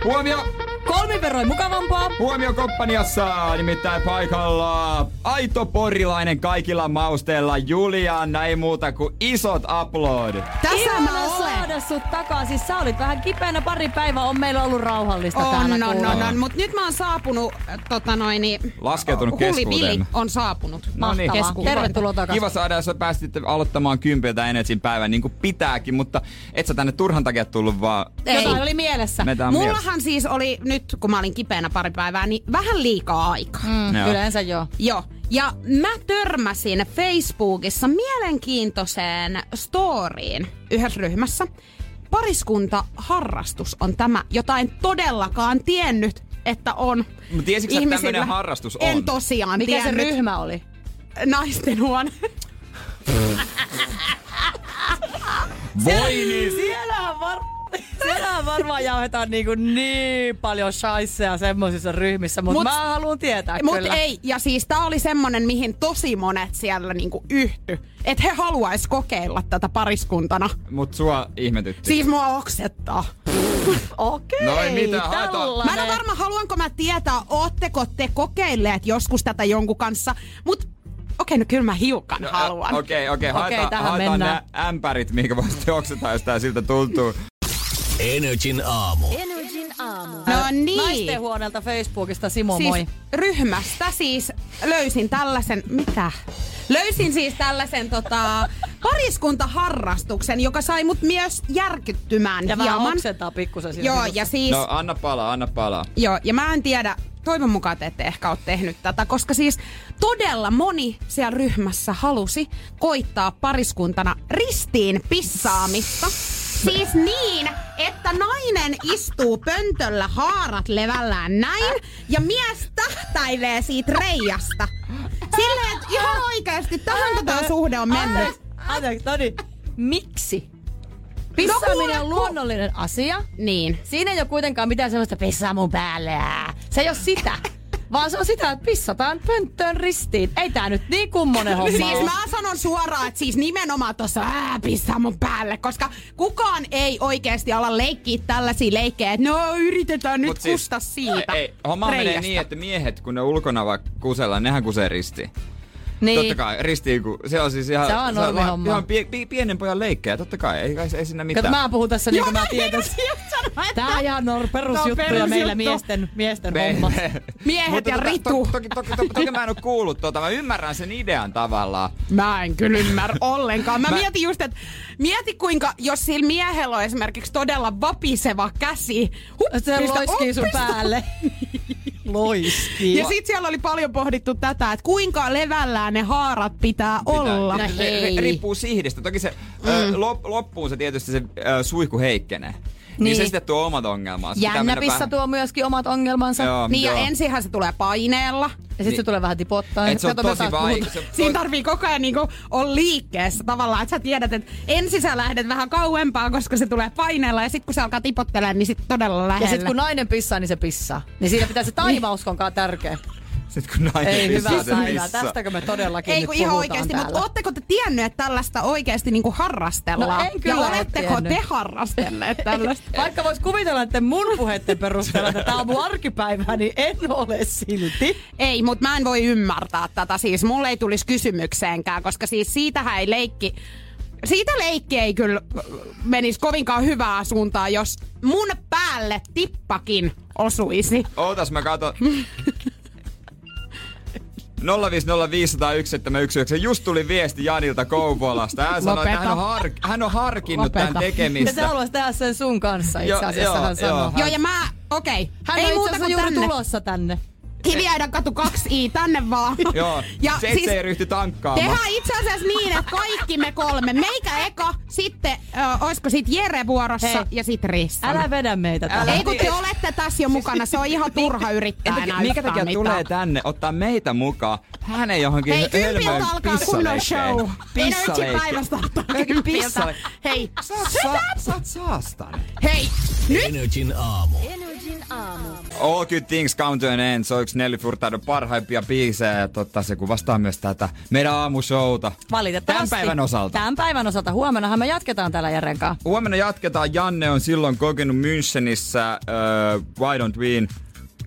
Huomio!
Kolmin verroin mukavampaa.
Huomio komppaniassa, nimittäin paikalla aito porilainen kaikilla mausteilla Juliana, ei muuta kuin isot uploadit.
Tässä mä olen. saada sut takaa. Siis sä olit vähän kipeänä pari päivää. On meillä ollut rauhallista
On,
täällä.
on,
kuulemma.
on, on. Mutta nyt mä oon saapunut, äh, tota noin, niin,
Laskeutunut
Hulli Villi
keskuuteemme.
on saapunut.
No niin.
Keskuuteen. Tervetuloa takaisin.
Kiva saada, jos sä päästitte aloittamaan kympiltä Energin päivän niin kuin pitääkin, mutta et sä tänne turhan takia tullut vaan...
Ei. Jotain oli mielessä.
Me tää on
Mullahan siis oli, nyt kun mä olin kipeänä pari päivää, niin vähän liikaa aikaa.
Mm, Joo. yleensä
joo.
Joo. Ja mä törmäsin Facebookissa mielenkiintoiseen storyin yhdessä ryhmässä. Pariskuntaharrastus on tämä, jotain todellakaan tiennyt, että on
Mut tiesitkö sä, että
ihmisillä.
tämmönen harrastus on?
En tosiaan
Mikä se
tiennyt.
ryhmä oli?
Naisten huone.
Voi niin!
Siellähän var... Siellähän varmaan jauhetaan niinku niin paljon shaisseja semmoisissa ryhmissä, mutta
Mut-
mut, mä haluan tietää
Mut
kyllä.
ei, ja siis tää oli semmonen, mihin tosi monet siellä niinku yhty. Että he haluais kokeilla tätä pariskuntana.
Mut sua ihmetytti.
Siis mua oksettaa.
Okei,
No ei mitään, haetaan.
Mä en ole varma, haluanko mä tietää, ootteko te kokeilleet joskus tätä jonkun kanssa, mut okei, no kyllä mä hiukan
No, ä-
haluan.
Okei, okei,
Okei,
haetaan,
tähän
haetaan
mennään.
nämä ämpärit, minkä voisitte oksata, jos tää siltä tuntuu.
Energin aamu.
Energin aamu.
No niin.
Naisten huoneelta Facebookista Simo,
siis
moi.
ryhmästä siis löysin tällaisen, mitä?
Ah.
Löysin siis tällaisen tota, pariskuntaharrastuksen, joka sai mut myös järkyttymään
Ja vähän
hieman.
oksentaa pikkusen siinä
Joo,
sivussa.
ja siis...
No anna palaa, anna palaa.
Joo, ja mä en tiedä, toivon mukaan te ette ehkä ole tehnyt tätä, koska siis todella moni siellä ryhmässä halusi koittaa pariskuntana ristiin pissaamista. Siis niin, että nainen istuu pöntöllä haarat levällään näin ja mies tähtäilee siitä reijasta. Silleen, että ihan oikeasti tähän tämä suhde on mennyt.
Anteeksi, anteeksi, no niin. Miksi?
No
Pissaaminen
kuule,
on
ku-
luonnollinen asia.
Niin.
Siinä ei ole kuitenkaan mitään semmoista pissaa mun päälle. ää." Se ei ole sitä. Vaan se on sitä, että pissataan pönttöön ristiin. Ei tää nyt niin kummonen homma
Siis
ole.
mä sanon suoraan, että siis nimenomaan tuossa ää, pissää mun päälle, koska kukaan ei oikeasti ala leikkiä tällaisia leikkejä, että no yritetään nyt
Mut
siis, kusta siitä.
Ei, ei, homma menee
reiästä.
niin, että miehet, kun ne ulkona vaikka kusella, nehän kusee ristiin.
Niin.
Totta kai, ristiin, kun se on siis ihan,
Se on
vaan-
normihomma.
ihan pie, pie, pienen pojan leikkejä, totta kai, ei, ei, ei siinä mitään.
Kato, mä puhun tässä niin kuin mä tiedän. Tää on ihan nor-
Tää on
perusjuttuja
perusjuttu.
meillä miesten, miesten
Me-
homma.
me-
Miehet
Mutta
ja
tota,
ritu.
to- Toki, toki, toki, toki mä en oo kuullut tota, mä ymmärrän sen idean tavallaan.
Mä en kyllä ymmärrä ollenkaan. Mä,
Mä-
mä mietin just, että mieti kuinka, jos sillä miehellä on esimerkiksi todella vapiseva käsi. Hup,
Se
pistä-
loiskii sun
oh, pistä-
päälle. Loiskii.
Ja sit siellä oli paljon pohdittu tätä, että kuinka levällään ne haarat pitää, olla.
Se- se riippuu sihdistä. Toki se mm. lop, loppuun se tietysti se ö, suihku heikkenee. Niin, niin se sitten tuo omat ongelmansa. Pitää mennä
Jännäpissä
vähän-
tuo myöskin omat ongelmansa.
Joo,
Niin ja
joo. Niin.
ensinhän se tulee paineella.
Ja sit se tulee vähän tipottaa.
Et se on tosi vaikea. Se
Siinä tarvii koko ajan niinku olla liikkeessä tavallaan, että sä tiedät, että ensin sä lähdet vähän kauempaa, koska se tulee paineella ja sitten kun se alkaa tipottelemaan, niin sitten todella lähellä.
Ja sit kun nainen pissaa, niin se pissaa. Niin siinä pitää se taivausko on kaa tärkeä.
Sit kun nainen
Ei
pissaa,
hyvä
se
päivää,
pissaa.
tästäkö me todellakin
Ei
nyt
kun ihan
puhutaan
oikeasti,
täällä?
mutta ootteko te tiennyt, että tällaista oikeasti niinku harrastellaan?
No en kyllä
ja
ole
oletteko
tiennyt.
te harrastelleet tällaista?
Vaikka vois kuvitella, että mun puheiden perusteella, että tää on mun arkipäivää, niin en ole silti.
Ei, mutta mä en voi ymmärtää tätä. Siis mulle ei tulisi kysymykseenkään, koska siis siitähän ei leikki... Siitä leikki ei kyllä menisi kovinkaan hyvää suuntaan, jos mun päälle tippakin osuisi.
Ootas mä katon. 050501719. Just tuli viesti Janilta Kouvolasta. Hän sanoi, että
Lopeta.
hän on, har- hän on harkinnut tämän
Ja se
tekemistä.
haluaisi tehdä sen sun kanssa itse
Joo,
asiassa,
joo,
hän sanoo.
joo, hän- Joo,
Ja mä, Ah, okei,
Hän
ei
on itse
muuta
asiassa
kuin
juuri
tänne.
tulossa tänne.
Kiviaidan katu 2i, tänne vaan.
Joo, ja se siis... ei ryhty tankkaamaan.
Tehdään itse asiassa niin, että kaikki me kolme. Meikä eka, sitten ö, oisko sit Jere vuorossa
Hei.
ja sit Rissan.
Älä vedä meitä
Älä.
tähän.
Ei kun te olette tässä jo mukana, se on ihan turha
Niin.
yrittää enää
Minkä
yhtään
takia
mitään.
tulee tänne, ottaa meitä mukaan? Hän ei johonkin
Hei,
hölmöön
kympiltä alkaa kunnon show. Energy
Pissaleikkeen.
päivästä alkaa
Pissale-
kympiltä. Hei,
Sä oot saastan.
hei,
Energin aamu.
Energin aamu.
All Good Things Come to an End, se on yksi Nelly Furtadon parhaimpia biisejä ja totta se kuvastaa myös tätä meidän aamushowta.
Valitettavasti.
Tämän päivän osalta.
Tämän päivän osalta. Huomennahan me jatketaan täällä Jeren kanssa.
Huomenna jatketaan. Janne on silloin kokenut Münchenissä uh, Why Don't Ween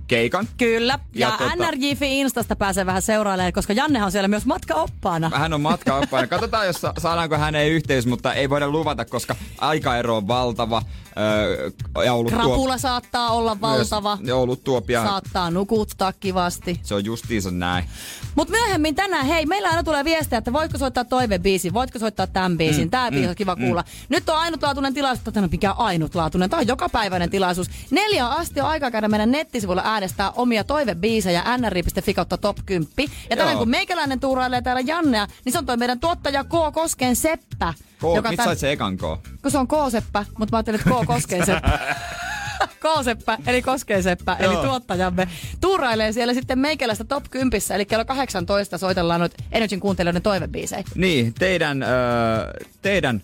keikan.
Kyllä. Ja,
Ja
ja
tota-
NRJFi Instasta pääsee vähän seurailemaan, koska Jannehan on siellä myös matkaoppaana.
Hän on matkaoppaana. Katsotaan, jos sa- saadaanko häneen yhteys, mutta ei voida luvata, koska aikaero on valtava. Öö, ja ollut
Krapula saattaa olla valtava.
Myös, ja ollut tuopia.
Saattaa nukuttaa kivasti.
Se on justiinsa näin.
Mutta myöhemmin tänään, hei, meillä aina tulee viestejä, että voitko soittaa toivebiisin, voitko soittaa tämän biisin,
Mm,
mm, tämä biisi
mm,
on kiva
mm.
kuulla. Nyt on ainutlaatuinen tilaisuus, tai no mikä ainutlaatuinen, tämä on jokapäiväinen tilaisuus. Neljä asti on aikaa käydä meidän nettisivuilla äänestää omia toivebiisejä nri.fi kautta top 10. Ja tänään
Joo.
kun meikäläinen tuurailee täällä Jannea, niin se on toi meidän tuottaja K. Kosken Seppä.
Ko, nyt
tän-
sait se ekan koo.
Kun se on K-Seppä, mutta mä ajattelin, että K. Kosken Seppä. K-Seppä, eli Koskeenseppä, eli
Joo.
tuottajamme, tuurailee siellä sitten meikäläistä Top 10, eli kello 18 soitellaan noita Energyn kuuntelijoiden toivebiisejä.
Niin, teidän, öö, teidän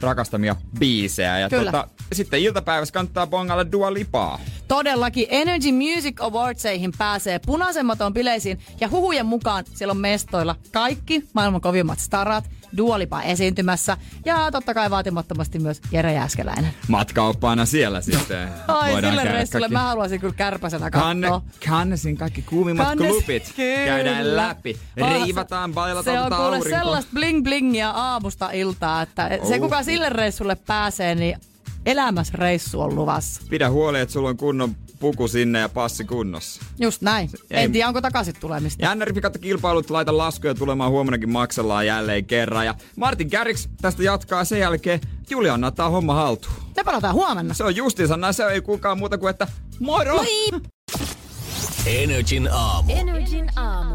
rakastamia biisejä. Ja
Kyllä.
Tota, sitten iltapäivässä kannattaa bongailla Dua Lipaa.
Todellakin Energy Music Awardseihin pääsee punaisemmaton bileisiin ja huhujen mukaan siellä on mestoilla kaikki maailman kovimmat starat, Duolipa esiintymässä ja totta kai vaatimattomasti myös Jere Jääskeläinen.
Matkaoppaana siellä sitten.
Ai
Voidaan
sillä
käydä
reissulla,
kaikki-
mä haluaisin kyllä kärpäsenä
Kanne,
katsoa.
Kannesin kaikki kuumimmat
Kannes-
klubit.
Kyllä.
Käydään läpi.
Onhan
Riivataan,
se-
bailataan,
Se on
otetaan
kuule
aurinko.
sellaista bling blingiä aamusta iltaa, että se
Oh.
kuka sille reissulle pääsee, niin elämäsreissu on luvassa.
Pidä huoli, että sulla on kunnon puku sinne ja passi kunnossa.
Just näin.
ei-
En tiedä, onko takaisin tulemista.
Ja NRP kautta kilpailut, laita laskuja tulemaan huomennakin maksellaan jälleen kerran. Ja Martin Kärriks tästä jatkaa sen jälkeen. Julianna ottaa homma haltuun.
Me palataan huomenna.
Se on justiinsa näin, se ei kukaan muuta kuin että moro!
Moi!
Energin aamu.
Energin aamu.